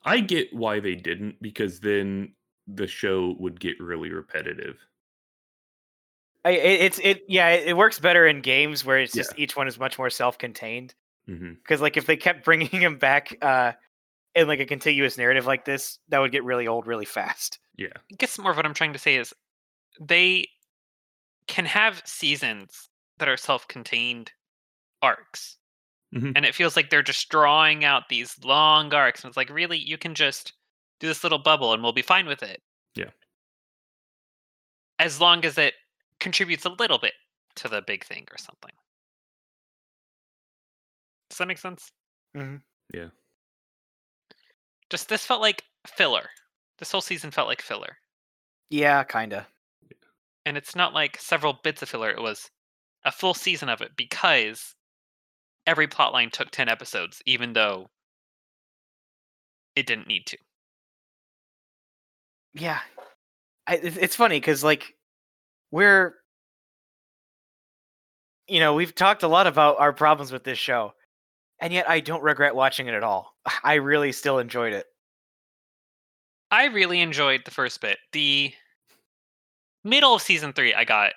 Speaker 2: I get why they didn't because then the show would get really repetitive.
Speaker 1: I, it, it's it yeah it, it works better in games where it's just each one is much more self-contained
Speaker 2: hmm
Speaker 1: because like if they kept bringing (laughs) him back uh in like a contiguous narrative like this that would get really old really fast
Speaker 2: Yeah.
Speaker 4: I guess more of what I'm trying to say is they can have seasons that are self-contained arcs.
Speaker 2: Mhm.
Speaker 4: And it feels like they're just drawing out these long arcs. And it's like, really, you can just do this little bubble and we'll be fine with it.
Speaker 2: Yeah.
Speaker 4: As long as it contributes a little bit to the big thing or something. Does that make sense?
Speaker 1: Mhm.
Speaker 2: Mm-hmm. Yeah.
Speaker 4: Just this felt like filler. This whole season felt like filler
Speaker 1: yeah kinda
Speaker 4: and it's not like several bits of filler it was a full season of it because every plot line took 10 episodes even though it didn't need to
Speaker 1: yeah I, it's, it's funny because like we're you know we've talked a lot about our problems with this show and yet i don't regret watching it at all (sighs) i really still enjoyed it
Speaker 4: i really enjoyed the first bit the middle of season three i got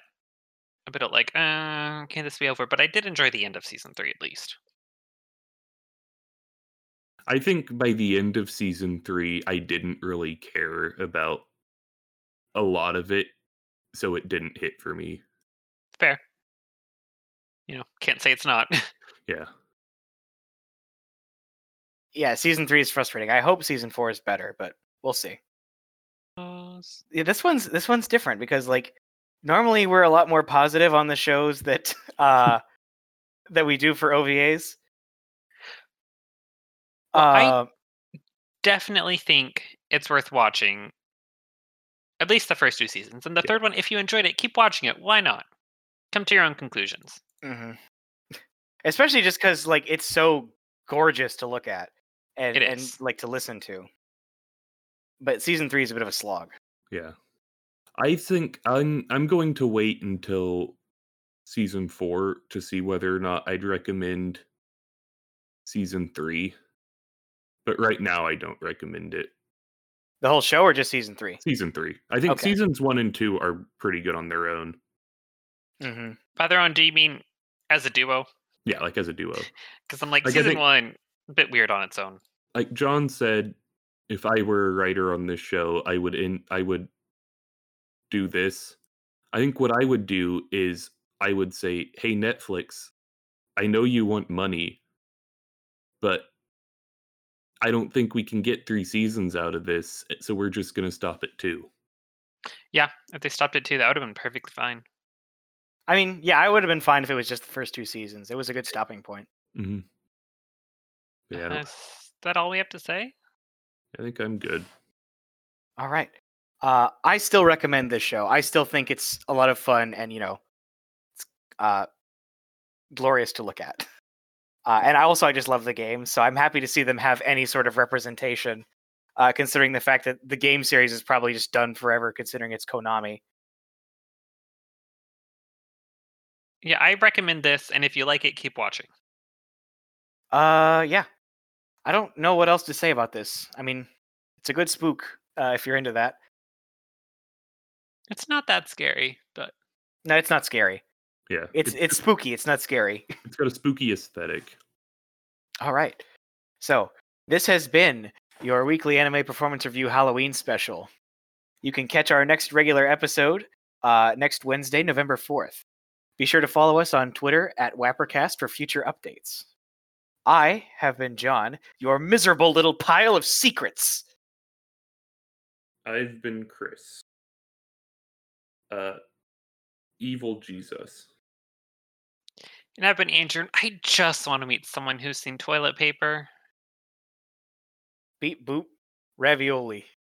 Speaker 4: a bit of like uh, can this be over but i did enjoy the end of season three at least
Speaker 2: I think by the end of season three, I didn't really care about a lot of it, so it didn't hit for me.
Speaker 4: fair you know can't say it's not (laughs)
Speaker 2: Yeah.
Speaker 1: yeah season three is frustrating i hope season four is better but we'll see yeah, this one's this one's different because like normally we're a lot more positive on the shows that (laughs) uh that we do for OVAs.
Speaker 4: I-
Speaker 1: uh,
Speaker 4: definitely think it's worth watching at least the first two seasons and the
Speaker 2: Yeah.
Speaker 4: third one if you enjoyed it keep watching it why not come to your own conclusions
Speaker 1: mhm. (laughs) especially just because like it's so gorgeous to look at and
Speaker 4: It
Speaker 1: and
Speaker 4: is.
Speaker 1: like to listen to. But season three is a bit of a slog.
Speaker 2: Yeah. I think I'm I'm going to wait until season 4 to see whether or not I'd recommend season 3. But right now I don't recommend it.
Speaker 1: The whole show or just season 3
Speaker 2: Season 3. I think
Speaker 1: Okay.
Speaker 2: seasons 1 and 2 are pretty good on their own.
Speaker 1: Mm-hmm.
Speaker 4: by their own do you mean as a duo
Speaker 2: Yeah, like as a duo.
Speaker 4: because i'm like,
Speaker 2: Like, I
Speaker 4: season
Speaker 2: think-
Speaker 4: one a bit weird on its own
Speaker 2: like John said, if I were a writer on this show, I would in I would do this. I think what I would do is I would say, "Hey Netflix, I know you want money, but I don't think we can get 3 seasons out of this, eh, so we're just going to stop at 2."
Speaker 4: yeah if they stopped it too that would have been perfectly fine
Speaker 1: I mean, yeah, I would have been fine if it was just the first two seasons. It was a good stopping point.
Speaker 2: Mhm.
Speaker 4: Uh,
Speaker 2: Yeah, I, don't-
Speaker 4: is that all we have to say
Speaker 2: I think I'm good.
Speaker 1: All right. Uh, I still recommend this show. I still think it's a lot of fun and, you know, it's uh, glorious to look at. Uh, and I also, I just love the game. So I'm happy to see them have any sort of representation, uh, considering the fact that the game series is probably just done forever, considering it's Konami.
Speaker 4: yeah i recommend this and if you like it keep watching
Speaker 1: Uh, yeah. I don't know what else to say about this. I mean, it's a good spook uh, if you're into that.
Speaker 4: it's not that scary but
Speaker 1: No, it's not scary.
Speaker 2: Yeah.
Speaker 1: It's it's spooky. It's not scary.
Speaker 2: it's got a spooky aesthetic.
Speaker 1: All right. So this has been your weekly anime performance review Halloween special. You can catch our next regular episode uh, next Wednesday, November 4th. Be sure to follow us on Twitter at Wappercast for future updates. I have been John, your miserable little pile of secrets.
Speaker 2: I've been Chris. Uh evil Jesus.
Speaker 4: And I've been Andrew. and I just want to meet someone who's seen toilet paper.
Speaker 1: Beep boop ravioli.